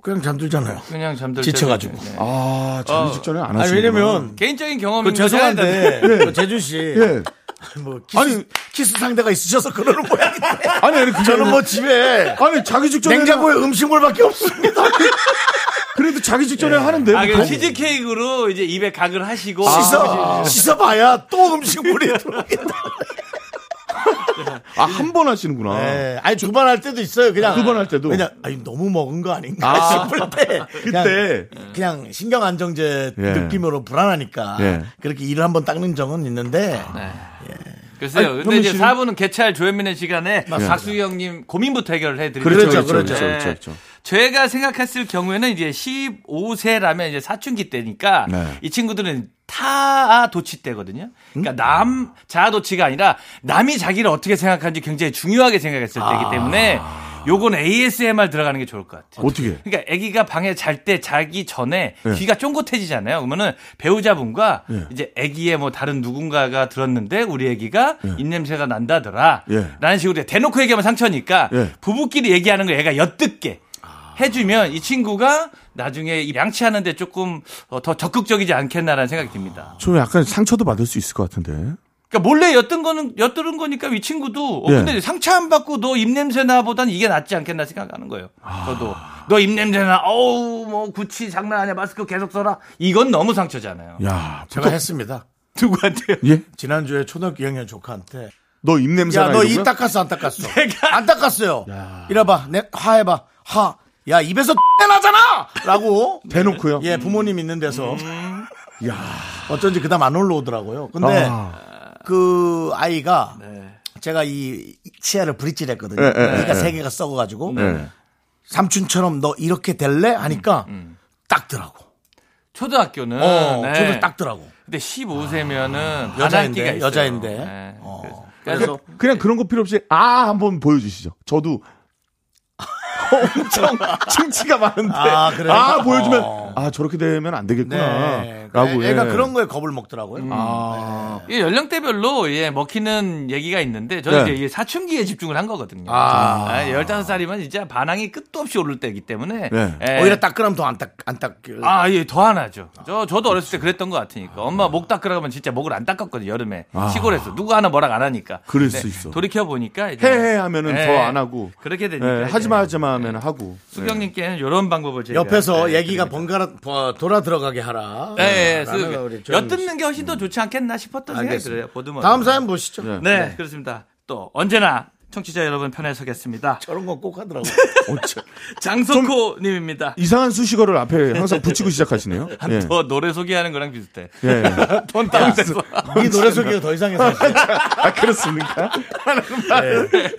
A: 그냥 잠들잖아요.
L: 그냥 잠들
A: 지쳐가지고.
C: 아, 자기 직전에 안 하시는
A: 아니, 왜냐면.
L: 개인적인
A: 그
L: 경험인 거죠.
A: 죄송한데.
C: 예.
A: 그 제주씨.
C: 예.
A: 뭐 키스, 키스 상대가 있으셔서 그러는 모양인데.
C: 아니, 아니, 그게
A: 저는
C: 아니라-
A: 뭐 집에.
C: 아니, 자기 직전에.
A: 냉장고에 음식물밖에 없습니다. 예.
C: 그래도 자기 직전에 하는데. 뭐
L: 아, 그
C: 보통.
L: 치즈 케이크로 이제 입에 각을 하시고 아,
A: 씻어, 씻어봐야 또 음식물이 들어오겠다.
C: 아, 한 번 하시는구나.
A: 예. 아니, 두 번 할 때도 있어요. 그냥.
C: 두 번 할 때도?
A: 그냥, 아니, 너무 먹은 거 아닌가
C: 아.
A: 싶을 때. 그냥,
C: 그때.
A: 그냥 신경 안정제
C: 예.
A: 느낌으로 불안하니까.
C: 예.
A: 그렇게 일을 한번 닦는 적은 있는데.
L: 글쎄요.
A: 아니,
L: 근데
A: 현민
L: 이제
A: 씨는-
L: 4분은 개찰 조현민의 시간에
A: 맞습니다.
L: 박수경님 고민부터 해결해 드리죠.
C: 그렇죠, 그렇죠, 그렇죠, 그렇죠, 그렇죠.
L: 제가 생각했을 경우에는 이제 15세라면 이제 사춘기 때니까
C: 네.
L: 이 친구들은 타아도치 때거든요. 그러니까 남 자아도치가 아니라 남이 자기를 어떻게 생각하는지 굉장히 중요하게 생각했을 때이기 때문에 요건 ASMR 들어가는 게 좋을 것 같아요.
C: 어떻게?
L: 그러니까 아기가 방에 잘 때 자기 전에
C: 네.
L: 귀가 쫑긋해지잖아요. 그러면은 배우자분과
C: 네.
L: 이제 아기의 뭐 다른 누군가가 들었는데 우리 아기가
C: 네.
L: 입냄새가 난다더라.
C: 예.
L: 라는 식으로 이제 대놓고 얘기하면 상처니까
C: 예. 아.
L: 부부끼리 얘기하는 걸 애가 엿듣게 해주면 이 친구가 나중에 이 양치하는데 조금 어, 더 적극적이지 않겠나라는 생각이 듭니다.
C: 좀 약간 상처도 받을 수 있을 것 같은데.
L: 그러니까 몰래 엿든 거는 엿들은 거니까 이 친구도 어,
C: 예.
L: 근데 상처 안 받고 너 입냄새나 보단 이게 낫지 않겠나 생각하는 거예요. 저도 너 입냄새나 어우 뭐 구치 장난 아니야 마스크 계속 써라 이건 너무 상처잖아요.
C: 야,
A: 제가 했습니다.
L: 누구한테요?
C: 예?
A: 지난주에 초등학교 2학년 조카한테.
C: 너 입냄새가
A: 야, 너
C: 이러고요?
A: 입 닦았어, 안 닦았어? 안 닦았어요. 이래봐, 내, 하 해봐, 하. 야, 입에서 때 나잖아! 라고.
C: 대놓고요?
L: 음.
A: 예, 부모님 있는 데서. 어쩐지 그 다음 안 올라오더라고요. 근데
L: 아.
A: 그 아이가
L: 네.
A: 제가 이 치아를 브릿지를 했거든요.
C: 예, 예,
A: 그러니까
C: 예,
A: 세
C: 예.
A: 개가 썩어가지고.
C: 네.
A: 삼촌처럼 너 이렇게 될래? 하니까 닦더라고.
L: 초등학교는
A: 어,
L: 음. 네.
A: 저도 닦더라고.
L: 근데 15세면은
A: 여자인데,
L: 반항기가 있어요.
A: 여자인데. 어.
L: 네. 그래서,
C: 그냥,
L: 그래서
C: 그러니까 그냥 그런 거 필요 없이 아 한번 보여주시죠. 저도 엄청 충치가 많은데
A: 아, 그래요?
C: 아, 보여주면
A: 어.
C: 아 저렇게 되면 안
A: 네.
C: 되겠구나라고 예.
A: 애- 애가 그런 거에 겁을 먹더라고요.
L: 음.
A: 음.
C: 아
L: 이 연령대별로 예, 먹히는 얘기가 있는데 저는
C: 네.
L: 이제 이게 사춘기에 집중을 한 거거든요.
A: 아.
L: 아, 15살이면 진짜 반항이 끝도 없이 오를 때이기 때문에
C: 네.
L: 예.
A: 오히려 닦으라면 더 안 닦, 그 안 닦길래.
L: 아, 예, 더 안 하죠. 저, 저도 어렸을 때
C: 그렇죠.
L: 그랬던 것 같으니까. 엄마 목 닦으라고 하면 진짜 목을 안 닦았거든요, 여름에.
C: 아.
L: 시골에서. 누구 하나 뭐라 안 하니까.
C: 그럴
L: 근데
C: 수 있어.
L: 돌이켜보니까.
A: 네.
L: 이제-
C: 해해 하면은
L: 예,
C: 더 안 하고
L: 그렇게 되니까.
C: 예,
A: 그러니까,
L: 이제
C: 하지마 하지마 하면
A: 네.
C: 하고 예.
L: 수경님께는 이런 방법을 제가.
A: 옆에서
L: 예,
A: 얘기가 번갈아 버- 돌아 들어가게 하라.
L: 예,
C: 네,
L: 예.
A: 라는
L: 그-
A: 우리 조용히
L: 엿듣는 게
C: 음.
L: 훨씬 더 좋지 않겠나 싶었던 생각이 들어요, 보듬어.
A: 다음 사연 보시죠.
C: 네.
L: 네, 그렇습니다. 또 언제나 청취자 여러분 편에 서겠습니다.
A: 저런 건 꼭 하더라고.
C: 어, 참,
L: 장석호님입니다.
C: 이상한 수식어를 앞에 항상 붙이고 시작하시네요. 예.
L: 더 노래 소개하는 거랑 비슷해.
C: 예.
L: 돈 다운돼서.
A: 이 노래 소개가 더 이상해서.
C: 아 그렇습니까?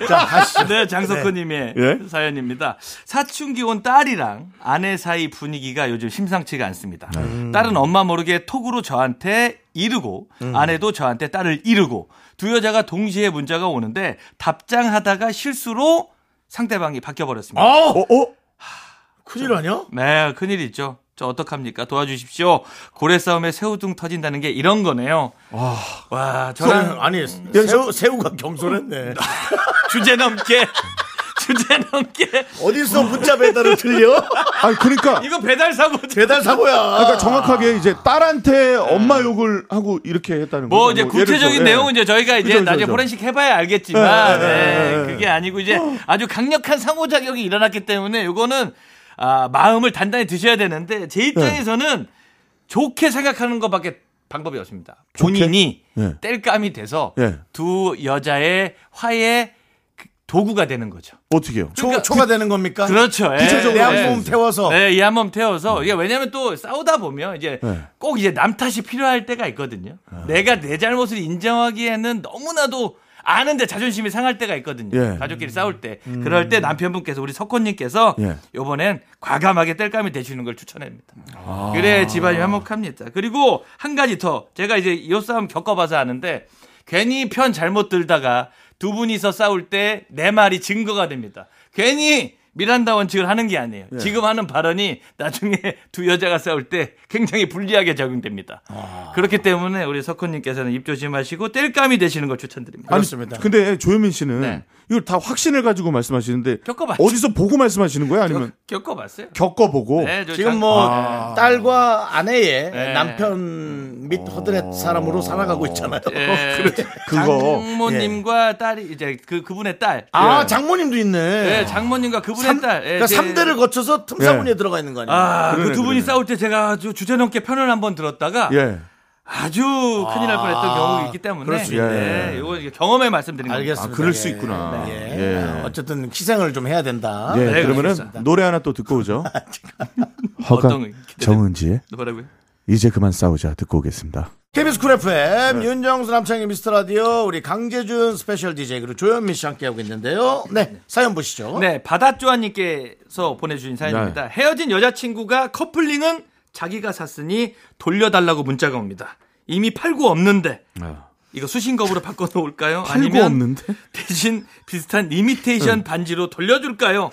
A: 자, 가시죠.
L: 네, 장석호님의
C: 예?
L: 사연입니다. 사춘기 온 딸이랑 아내 사이 분위기가 요즘 심상치가 않습니다. 음. 딸은 엄마 모르게 톡으로 저한테 이르고 아내도 저한테 딸을 이르고 두 여자가 동시에 문자가 오는데 답장하다가 실수로 상대방이 바뀌어 버렸습니다.
C: 어, 어?
A: 큰일 아니야?
L: 네, 큰일 있죠. 저 어떡합니까? 도와주십시오. 고래 싸움에 새우등 터진다는 게 이런 거네요.
C: 와.
L: 와,
A: 저는
L: 저랑
A: 아니 새우, 새우가 겸손했네.
L: 주제 넘게 주제 넘게
A: 어디서 문자 배달을 들려?
C: 아니 그러니까
L: 이거 배달 사고
A: 배달 사고야.
L: 아,
C: 그러니까 정확하게 이제 딸한테 엄마
A: 네.
C: 욕을 하고 이렇게 했다는 거죠.
L: 뭐 이제
C: 예를
L: 구체적인
C: 들어,
L: 내용은
C: 예.
L: 이제 저희가 이제
C: 그죠, 그죠,
L: 나중에
C: 그죠.
L: 포렌식 해봐야 알겠지만
C: 예, 예,
L: 예,
C: 예, 예.
L: 그게 아니고 이제 아주 강력한 상호작용이 일어났기 때문에 이거는 아, 마음을 단단히 드셔야 되는데
C: 네.
L: 제 입장에서는 좋게 생각하는 것밖에 방법이 없습니다. 본인이
C: 예.
L: 뗄감이 돼서
C: 예.
L: 두 여자의 화해 그 도구가 되는 거죠.
C: 어떻게요?
A: 초, 가 되는 겁니까?
L: 그러니까 그렇죠. 예.
A: 구체적으로
L: 예.
A: 내 한몸 태워서. 음.
L: 네, 이 한 몸 태워서 이게 왜냐하면 또 싸우다 보면 이제
A: 네. 아.
L: 꼭 이제 남 탓이 필요할 때가 있거든요. 내가 내 잘못을 인정하기에는 너무나도 아는데 자존심이 상할 때가 있거든요.
C: 예.
L: 가족끼리 싸울 때
A: 음.
L: 그럴 때 남편분께서 우리 석호님께서
C: 예.
L: 이번엔 과감하게 뗄감이 되시는 걸 추천합니다.
A: 아.
L: 그래 집안이 화목합니다. 그리고 한 가지 더 제가 이제 이 싸움 겪어봐서 아는데 괜히 편 잘못 들다가 두 분이서 싸울 때 내 말이 증거가 됩니다. 괜히 미란다 원칙을 하는 게 아니에요.
C: 예.
L: 지금 하는 발언이 나중에 두 여자가 싸울 때 굉장히 불리하게 적용됩니다.
A: 아.
L: 그렇기 때문에 우리 석훈님께서는 입 조심하시고 뗄감이 되시는 걸 추천드립니다.
C: 아니, 근데 조현민 씨는 이걸 다 확신을 가지고 말씀하시는데
L: 겪어봤죠.
C: 어디서 보고 말씀하시는 거예요? 아니면
L: 겪어봤어요.
C: 겪어보고
L: 네, 저
A: 지금
L: 장-
A: 뭐
C: 아.
A: 딸과 아내의
L: 네. 어.
A: 남편 및 허드렛 사람으로 살아가고 있잖아요.
L: 예.
A: 그래. 예.
L: 장모님과 딸이 이제 그 그분의 딸.
A: 아
L: 예.
A: 장모님도 있네.
L: 예, 장모님과 그분의 딸. 예,
A: 그러니까
L: 이제-
A: 3대를 거쳐서 틈사문에
L: 예.
A: 들어가 있는 거 아니에요?
L: 아, 그 두 분이 싸울 때 제가 아주 주제넘게 편을 한번 들었다가
C: 예.
L: 아주 큰일 날 뻔했던
A: 아,
L: 경우가 있기 때문에
A: 그럴 수
C: 있네.
L: 예, 이건 이제 경험에 말씀드린 겁니다.
A: 알겠습니다.
C: 그럴 수
A: 예.
C: 있구나.
A: 예.
C: 예.
A: 어쨌든 희생을 좀 해야 된다. 네.
C: 예, 그러면은 노래 하나 또 듣고 오죠. 허가
A: 어떤-
C: 정은지의
L: 뭐라고요?
C: 이제 그만 싸우자 듣고 오겠습니다.
A: KBS 쿨 FM 윤정수 남창희 미스터 라디오 우리 강재준 스페셜 DJ 그리고 조현민 씨 함께 하고 있는데요. 네 사연 보시죠.
L: 네, 바닷조아님께서 보내주신
A: 네.
L: 사연입니다. 헤어진 여자친구가 커플링은 자기가 샀으니 돌려달라고 문자가 옵니다. 이미 팔고 없는데
C: 아.
L: 이거 수신거부로 바꿔놓을까요?
C: 팔고
L: 아니면
C: 없는데?
L: 대신 비슷한 리미테이션 반지로 돌려줄까요?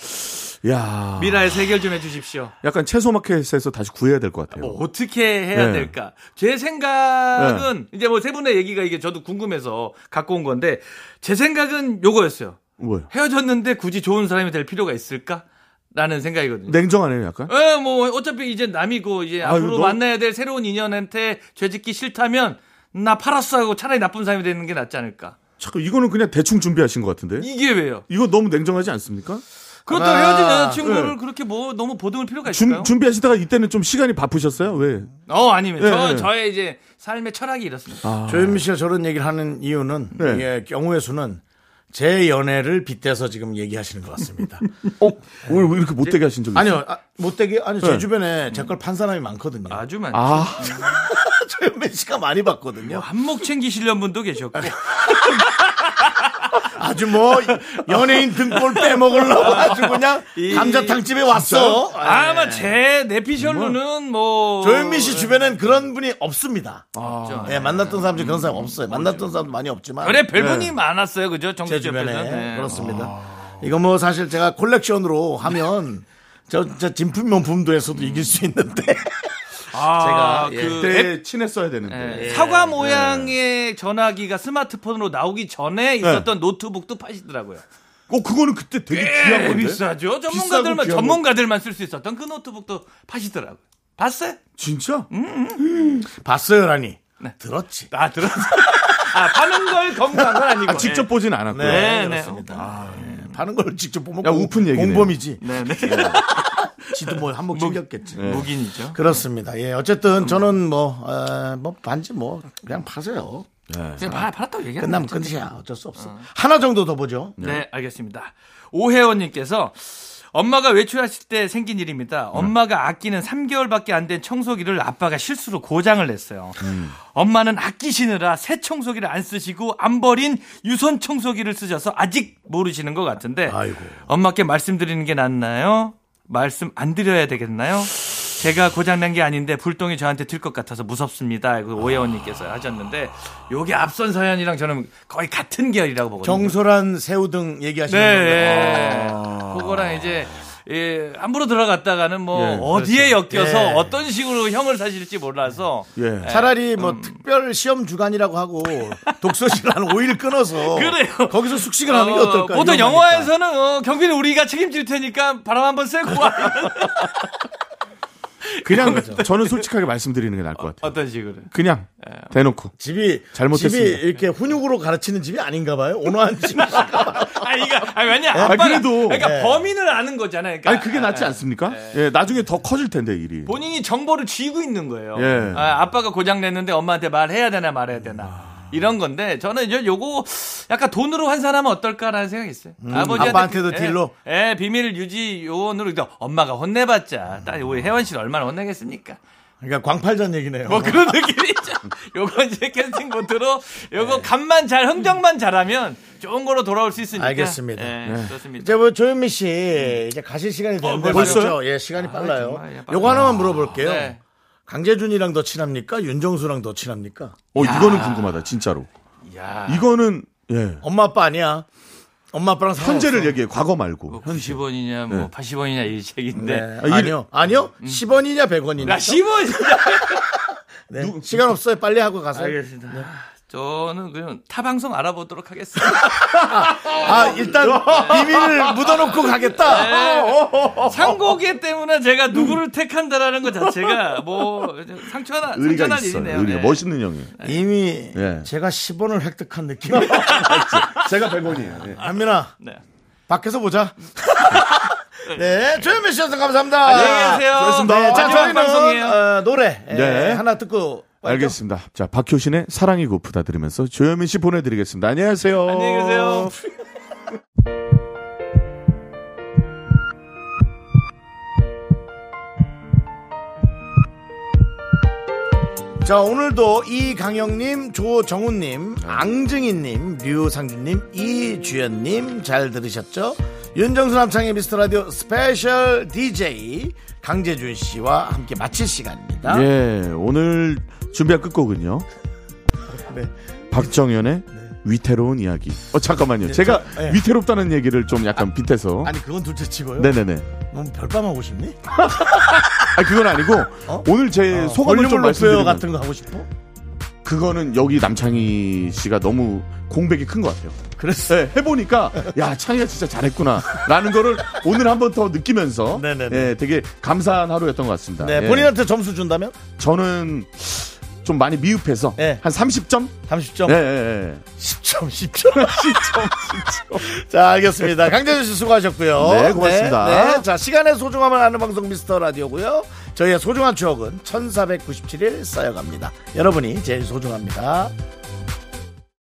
C: 야.
L: 미라에서 해결 좀 해주십시오.
C: 약간 채소마켓에서 다시 구해야 될 것 같아요.
L: 어떻게 해야
C: 네.
L: 될까? 제 생각은 이제 뭐 세 분의 얘기가 이게 저도 궁금해서 갖고 온 건데 제 생각은 요거였어요.
C: 뭐요?
L: 헤어졌는데 굳이 좋은 사람이 될 필요가 있을까? 라는 생각이거든요.
C: 냉정하네요, 약간.
L: 예, 뭐 어차피 이제 남이고 이제
C: 아,
L: 앞으로
C: 이거 너무-
L: 만나야 될 새로운 인연한테 죄짓기 싫다면 나 팔았어 하고 차라리 나쁜 사람이 되는 게 낫지 않을까?
C: 잠깐 이거는 그냥 대충 준비하신 것 같은데.
L: 이게 왜요?
C: 이거 너무 냉정하지 않습니까?
L: 그것도
C: 아마-
L: 헤어진 여자친구를
C: 네.
L: 그렇게 뭐 너무 보듬을 필요가 있을까요?
C: 준, 준비하시다가 이때는 좀 시간이 바쁘셨어요? 왜?
L: 어 아니면
C: 예,
L: 저
C: 예.
L: 저의 이제 삶의 철학이 이렇습니다.
C: 아.
A: 조현민 씨가 저런 얘기를 하는 이유는 예, 경우의 수는 제 연애를 빗대서 지금 얘기하시는 것 같습니다.
C: 오늘 왜 이렇게 못되게 하신 적이
A: 아니요
C: 있어요?
A: 아, 못되게 아니 제
C: 네.
A: 주변에 제 걸 판 사람이 많거든요.
L: 아주 많죠.
C: 아.
A: 조현민 씨가 많이 봤거든요.
L: 한몫 챙기시려는 분도 계셨고.
A: 아, 예. 아주 뭐 연예인 등골 빼먹으려고 아주 그냥 감자탕집에 왔어.
L: 아마 제 내피셜로는 뭐
A: 조현민 씨 주변엔 그런 분이 없습니다.
L: 아.
A: 예, 만났던 사람 중에 그런 사람 없어요. 만났던 사람도 많이 없지만.
L: 그래 별분이
A: 예,
L: 많았어요, 그죠?
A: 제
L: 정치
A: 주변에.
L: 옆에서. 네.
A: 그렇습니다. 이거 뭐 사실 제가 콜렉션으로 하면 저, 저 진품 명품도에서도 이길 수 있는데.
L: 아,
A: 제가, 예.
C: 그때 친했어야 되는데.
L: 네. 사과 모양의 전화기가 스마트폰으로 나오기
A: 예.
L: 전에 있었던 노트북도 파시더라고요.
C: 어, 그거는 그때 되게
A: 네,
C: 귀한 건데.
L: 비싸죠?
C: 비싸고
L: 전문가들만
C: 귀한
L: 전문가들만 쓸 수 있었던 그 노트북도 파시더라고요. 봤어요?
C: 진짜?
A: 음. 봤어요라니. 들었지.
L: 아 들었어. 아 파는 걸 검토한 건 아니고.
C: 아, 직접 보진 않았고요.
A: 네,
L: 네, 네.
A: 그렇습니다. 예, 파는 걸 직접 보면
C: 야, 우픈 얘기네요.
A: 공범이지.
L: 네, 네.
A: 지도 뭐 한몫 챙겼겠지.
L: 네. 무기니죠.
A: 그렇습니다. 예, 어쨌든 저는 뭐, 에, 뭐 반지 뭐 그냥 파세요.
L: 그냥 파- 팔았다고 얘기하는
A: 끝나면 끝이야. 어쩔 수 없어. 하나 정도 더 보죠.
L: 네, 알겠습니다. 오혜원님께서 엄마가 외출하실 때 생긴 일입니다. 엄마가 아끼는 3개월밖에 안 된 청소기를 아빠가 실수로 고장을 냈어요. 엄마는 아끼시느라 새 청소기를 안 쓰시고 안 버린 유선 청소기를 쓰셔서 아직 모르시는 것 같은데 엄마께 말씀드리는 게 낫나요? 말씀 안 드려야 되겠나요? 제가 고장난 게 아닌데 불똥이 저한테 튈 것 같아서 무섭습니다. 그 오혜원님께서 하셨는데 요게 앞선 사연이랑 저는 거의 같은 결이라고 보거든요.
A: 네. 정소란 새우등 얘기하시는
L: 네.
A: 거예요.
L: 그거랑 이제 예, 함부로 들어갔다가는 뭐
C: 예,
L: 어디에
C: 그렇죠.
L: 엮여서
C: 예.
L: 어떤 식으로 형을 사실지 몰라서
C: 예.
L: 네.
A: 차라리 뭐
L: 음.
A: 특별 시험 주간이라고 하고 독서실 한 5일 끊어서
L: 그래요.
A: 거기서 숙식을 하는 게 어떨까?
L: 보통
A: 위험하니까.
L: 영화에서는 어, 경비는 우리가 책임질 테니까 바람 한번 쐬고 와.
C: 그냥 저는 솔직하게 말씀드리는 게 나을 것 같아요.
L: 어떤 식으로?
C: 그냥
L: 네.
C: 대놓고
A: 집이
C: 잘못했습니다.
A: 집이 이렇게 훈육으로 가르치는 집이 아닌가 봐요. 온화한 집.
L: 아 이거 아 왜냐?
C: 아,
L: 아빠는-
C: 그래도.
L: 그러니까
C: 예.
L: 범인을 아는 거잖아요. 그러니까
C: 아니 그게 낫지 않습니까? 예, 나중에 더 커질 텐데 일이.
L: 본인이 정보를 쥐고 있는 거예요.
C: 예.
L: 아, 아빠가 고장 냈는데 엄마한테 말해야 되나 말아야
A: 음.
L: 되나. 이런 건데 저는 이제 요거 약간 돈으로 환산하면 어떨까라는 생각이 있어요.
A: 음, 아빠한테도
L: 예,
A: 딜로?
L: 예, 비밀 유지 요원으로 그러니까 엄마가
A: 음.
L: 혼내봤자 딸 우리 혜원 씨는 얼마나 혼내겠습니까?
A: 그러니까 광팔전 얘기네요.
L: 뭐 그런 느낌이죠. 요거 이제 캐스팅 보트로 요거
A: 예.
L: 간만 잘 흥정만 잘하면 좋은 거로 돌아올 수 있으니까.
A: 알겠습니다.
L: 예,
A: 네.
L: 좋습니다.
A: 이제 뭐 조현미 씨 이제 가실 시간이 됐는데
L: 어, 벌써요?
A: 벌써 예 시간이 빨라요.
L: 정말, 예, 빨라.
A: 요거 하나만 물어볼게요.
L: 네.
A: 강재준이랑 더 친합니까? 윤정수랑 더 친합니까?
C: 어 이거는 궁금하다 진짜로.
L: 야. 어,
C: 이거는 예.
A: 엄마 아빠 아니야. 엄마 아빠랑
C: 현재를 얘기해 과거 말고.
L: 90원이냐 뭐
C: 네.
L: 80원이냐 이 책인데.
A: 네. 아니요. 아니요. 10원이냐 100원이냐.
L: 예. 음. 나 10원이냐.
A: 네. 시간 없어요. 빨리 하고 가세요.
L: 알겠습니다. 저는 그냥 타 방송 알아보도록 하겠습니다.
A: 아, 일단 비밀을 묻어놓고 가겠다.
L: 네. 상고기 때문에 제가 누구를 택한다라는 것 자체가 뭐 상처 하나
C: 의리가
L: 상처날
C: 있어요.
L: 일이네요.
C: 의리가
L: 네.
C: 멋있는 형이에요.
A: 이미
C: 예.
A: 제가 10원을 획득한 느낌. 제가 100원이에요. 한민아.
L: 네.
A: 밖에서 보자. 네, 조현미 씨였어 감사합니다.
L: 안녕히 계세요.
A: 네, 자,
L: 마지막
A: 저희는
L: 방송이에요.
A: 어, 노래 예,
C: 네.
A: 하나 듣고
C: 알겠습니다. 자 박효신의 사랑이 고프다 들으면서 조현민 씨 보내드리겠습니다. 안녕하세요.
L: 안녕히 계세요.
A: 자, 오늘도 이강영님, 조정훈님,
C: 네.
A: 앙증이님, 류상준님, 이주연님 잘 들으셨죠? 윤정수 남창의 미스터 라디오 스페셜 DJ 강재준 씨와 함께 마칠 시간입니다.
C: 예, 오늘 준비한 끝곡은요.
A: 네.
C: 박정현의 위태로운 이야기. 어 잠깐만요. 제가
A: 저- 예.
C: 위태롭다는 얘기를 좀 약간 빗대서.
A: 아니, 그건 둘째 치고요.
C: 네네네.
A: 너무 별밤 하고 싶니?
C: 아 그건 아니고 오늘 제
A: 어,
C: 네, 소감을 좀
A: 볼륨을
C: 말씀드리면
A: 높여요 같은 거 하고 싶어?
C: 그거는 여기 남창희 씨가 너무 공백이 큰 것 같아요.
A: 그래서
C: 네, 해보니까 야 창희가 진짜 잘했구나라는 거를 오늘 한 번 더 느끼면서
A: 네네네.
C: 예, 되게 감사한 하루였던 것 같습니다.
A: 네,
C: 예.
A: 본인한테 점수 준다면?
C: 저는 좀 많이 미흡해서
A: 예.
C: 한 30점?
A: 30점?
C: 예, 예, 예.
A: 10점, 10점, 10점, 10점. 자, 알겠습니다. 강재준 씨 수고하셨고요.
C: 네, 고맙습니다.
A: 네, 네. 자, 시간의 소중함을 아는 방송 미스터 라디오고요. 저희의 소중한 추억은 1497일 쌓여갑니다. 여러분이 제일 소중합니다.